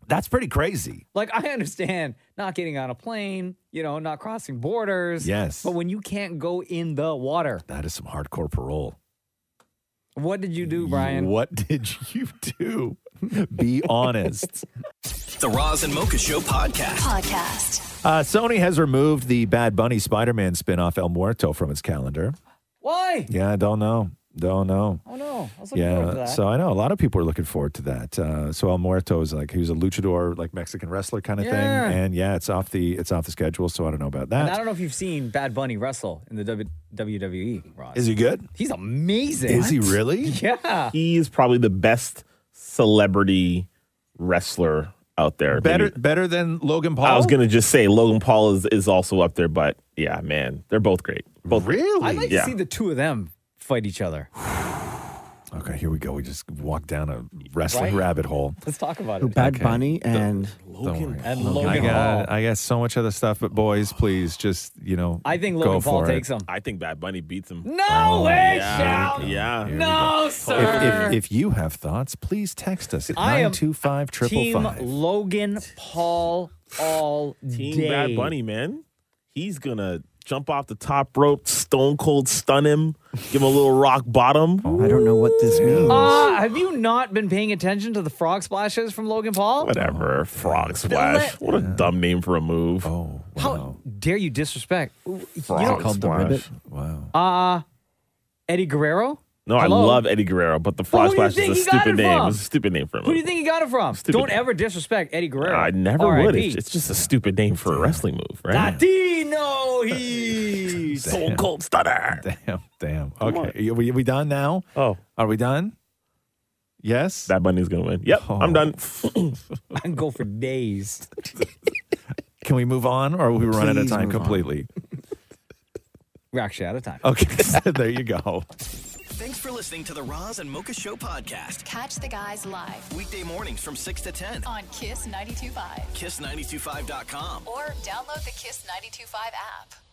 Speaker 4: That's pretty crazy.
Speaker 7: Like I understand not getting on a plane, you know, not crossing borders.
Speaker 4: Yes.
Speaker 7: But when you can't go in the water,
Speaker 4: That is some hardcore parole.
Speaker 7: what did you do, Brian?
Speaker 4: What did you do? Be honest.
Speaker 1: The Roz and Mocha Show podcast. Podcast.
Speaker 4: Uh, Sony has removed the Bad Bunny Spider-Man spin-off El Muerto from its calendar.
Speaker 7: Why?
Speaker 4: Yeah, I don't know. Don't know.
Speaker 7: Oh no. I was looking forward to
Speaker 4: Yeah,
Speaker 7: that.
Speaker 4: so I know a lot of people are looking forward to that. Uh, so El Muerto is like he was a luchador, like Mexican wrestler kind of
Speaker 7: Yeah.
Speaker 4: thing, and yeah, it's off the it's off the schedule. So I don't know about
Speaker 7: and I
Speaker 4: that.
Speaker 7: don't know if you've seen Bad Bunny wrestle in the w- WWE, Ross.
Speaker 4: Is he good?
Speaker 7: He's amazing.
Speaker 12: Is he
Speaker 4: really?
Speaker 7: Yeah.
Speaker 12: He is probably the best celebrity wrestler out there.
Speaker 4: Better
Speaker 12: Maybe-
Speaker 4: better than Logan Paul.
Speaker 12: I was gonna just say Logan Paul is, is also up there, but yeah, man, they're both great. Both
Speaker 4: really?
Speaker 7: I'd like
Speaker 12: yeah.
Speaker 7: to see the two of them fight each other.
Speaker 4: Okay, here we go. We just walked down a wrestling
Speaker 7: Right?
Speaker 4: rabbit hole.
Speaker 7: Let's talk about
Speaker 8: Who,
Speaker 7: it.
Speaker 8: Bad
Speaker 4: Okay.
Speaker 8: Bunny and
Speaker 4: Logan,
Speaker 7: and Logan
Speaker 4: I got,
Speaker 7: Paul.
Speaker 4: Oh I got so much other stuff, but boys, please just you know.
Speaker 7: I think
Speaker 4: go
Speaker 7: Logan Paul
Speaker 4: for
Speaker 7: takes
Speaker 4: it. Oh,
Speaker 7: him.
Speaker 12: I think Bad Bunny beats him.
Speaker 7: No way,
Speaker 12: yeah,
Speaker 7: Shal.
Speaker 12: yeah.
Speaker 7: No, sir.
Speaker 4: If, if, if you have thoughts, please text us at
Speaker 7: I am
Speaker 4: nine two five triple
Speaker 7: Team
Speaker 4: five.
Speaker 7: Logan Paul all
Speaker 12: Team
Speaker 7: day.
Speaker 12: Bad Bunny, man. He's gonna jump off the top rope, stone cold stun him, give him a little rock bottom.
Speaker 8: I don't know what this means.
Speaker 7: Uh, have you not been paying attention to the frog splashes from Logan Paul?
Speaker 12: Whatever. Frog splash. What a dumb name for a move.
Speaker 4: Oh,
Speaker 7: How dare you disrespect? Ooh, You
Speaker 12: Frog
Speaker 7: know,
Speaker 12: called the splash. ribbit.
Speaker 4: Wow.
Speaker 7: Uh, Eddie Guerrero?
Speaker 12: No, I
Speaker 7: Hello?
Speaker 12: love Eddie Guerrero, but the frog
Speaker 7: who do
Speaker 12: splash
Speaker 7: you
Speaker 12: is
Speaker 7: think
Speaker 12: a
Speaker 7: he got
Speaker 12: stupid
Speaker 7: it
Speaker 12: name.
Speaker 7: from?
Speaker 12: It's a stupid name for a
Speaker 7: Who do you
Speaker 12: move.
Speaker 7: think he got it from?
Speaker 12: Stupid
Speaker 7: Don't
Speaker 12: name.
Speaker 7: ever disrespect Eddie Guerrero.
Speaker 12: I never would.
Speaker 7: R.I.P..
Speaker 12: It's, it's just a stupid name for a wrestling move, right?
Speaker 7: Latino heat.
Speaker 12: Stone Cold Stunner.
Speaker 4: Damn, damn. Okay, are we, are we done now?
Speaker 12: Oh,
Speaker 4: are we done? Yes. Oh
Speaker 12: Bad Bunny's gonna win. Yep, I'm done.
Speaker 7: I can go for days.
Speaker 4: Can we move on, or we run out of
Speaker 7: Please
Speaker 4: time
Speaker 7: move on.
Speaker 4: completely?
Speaker 7: We're actually out of time.
Speaker 4: Okay, there you go.
Speaker 1: Thanks for listening to the Roz and Mocha Show podcast.
Speaker 14: Catch the guys live
Speaker 1: Weekday mornings from 6 to 10.
Speaker 14: on Kiss 92.5
Speaker 1: Kiss925.com.
Speaker 14: or download the Kiss 92.5 app.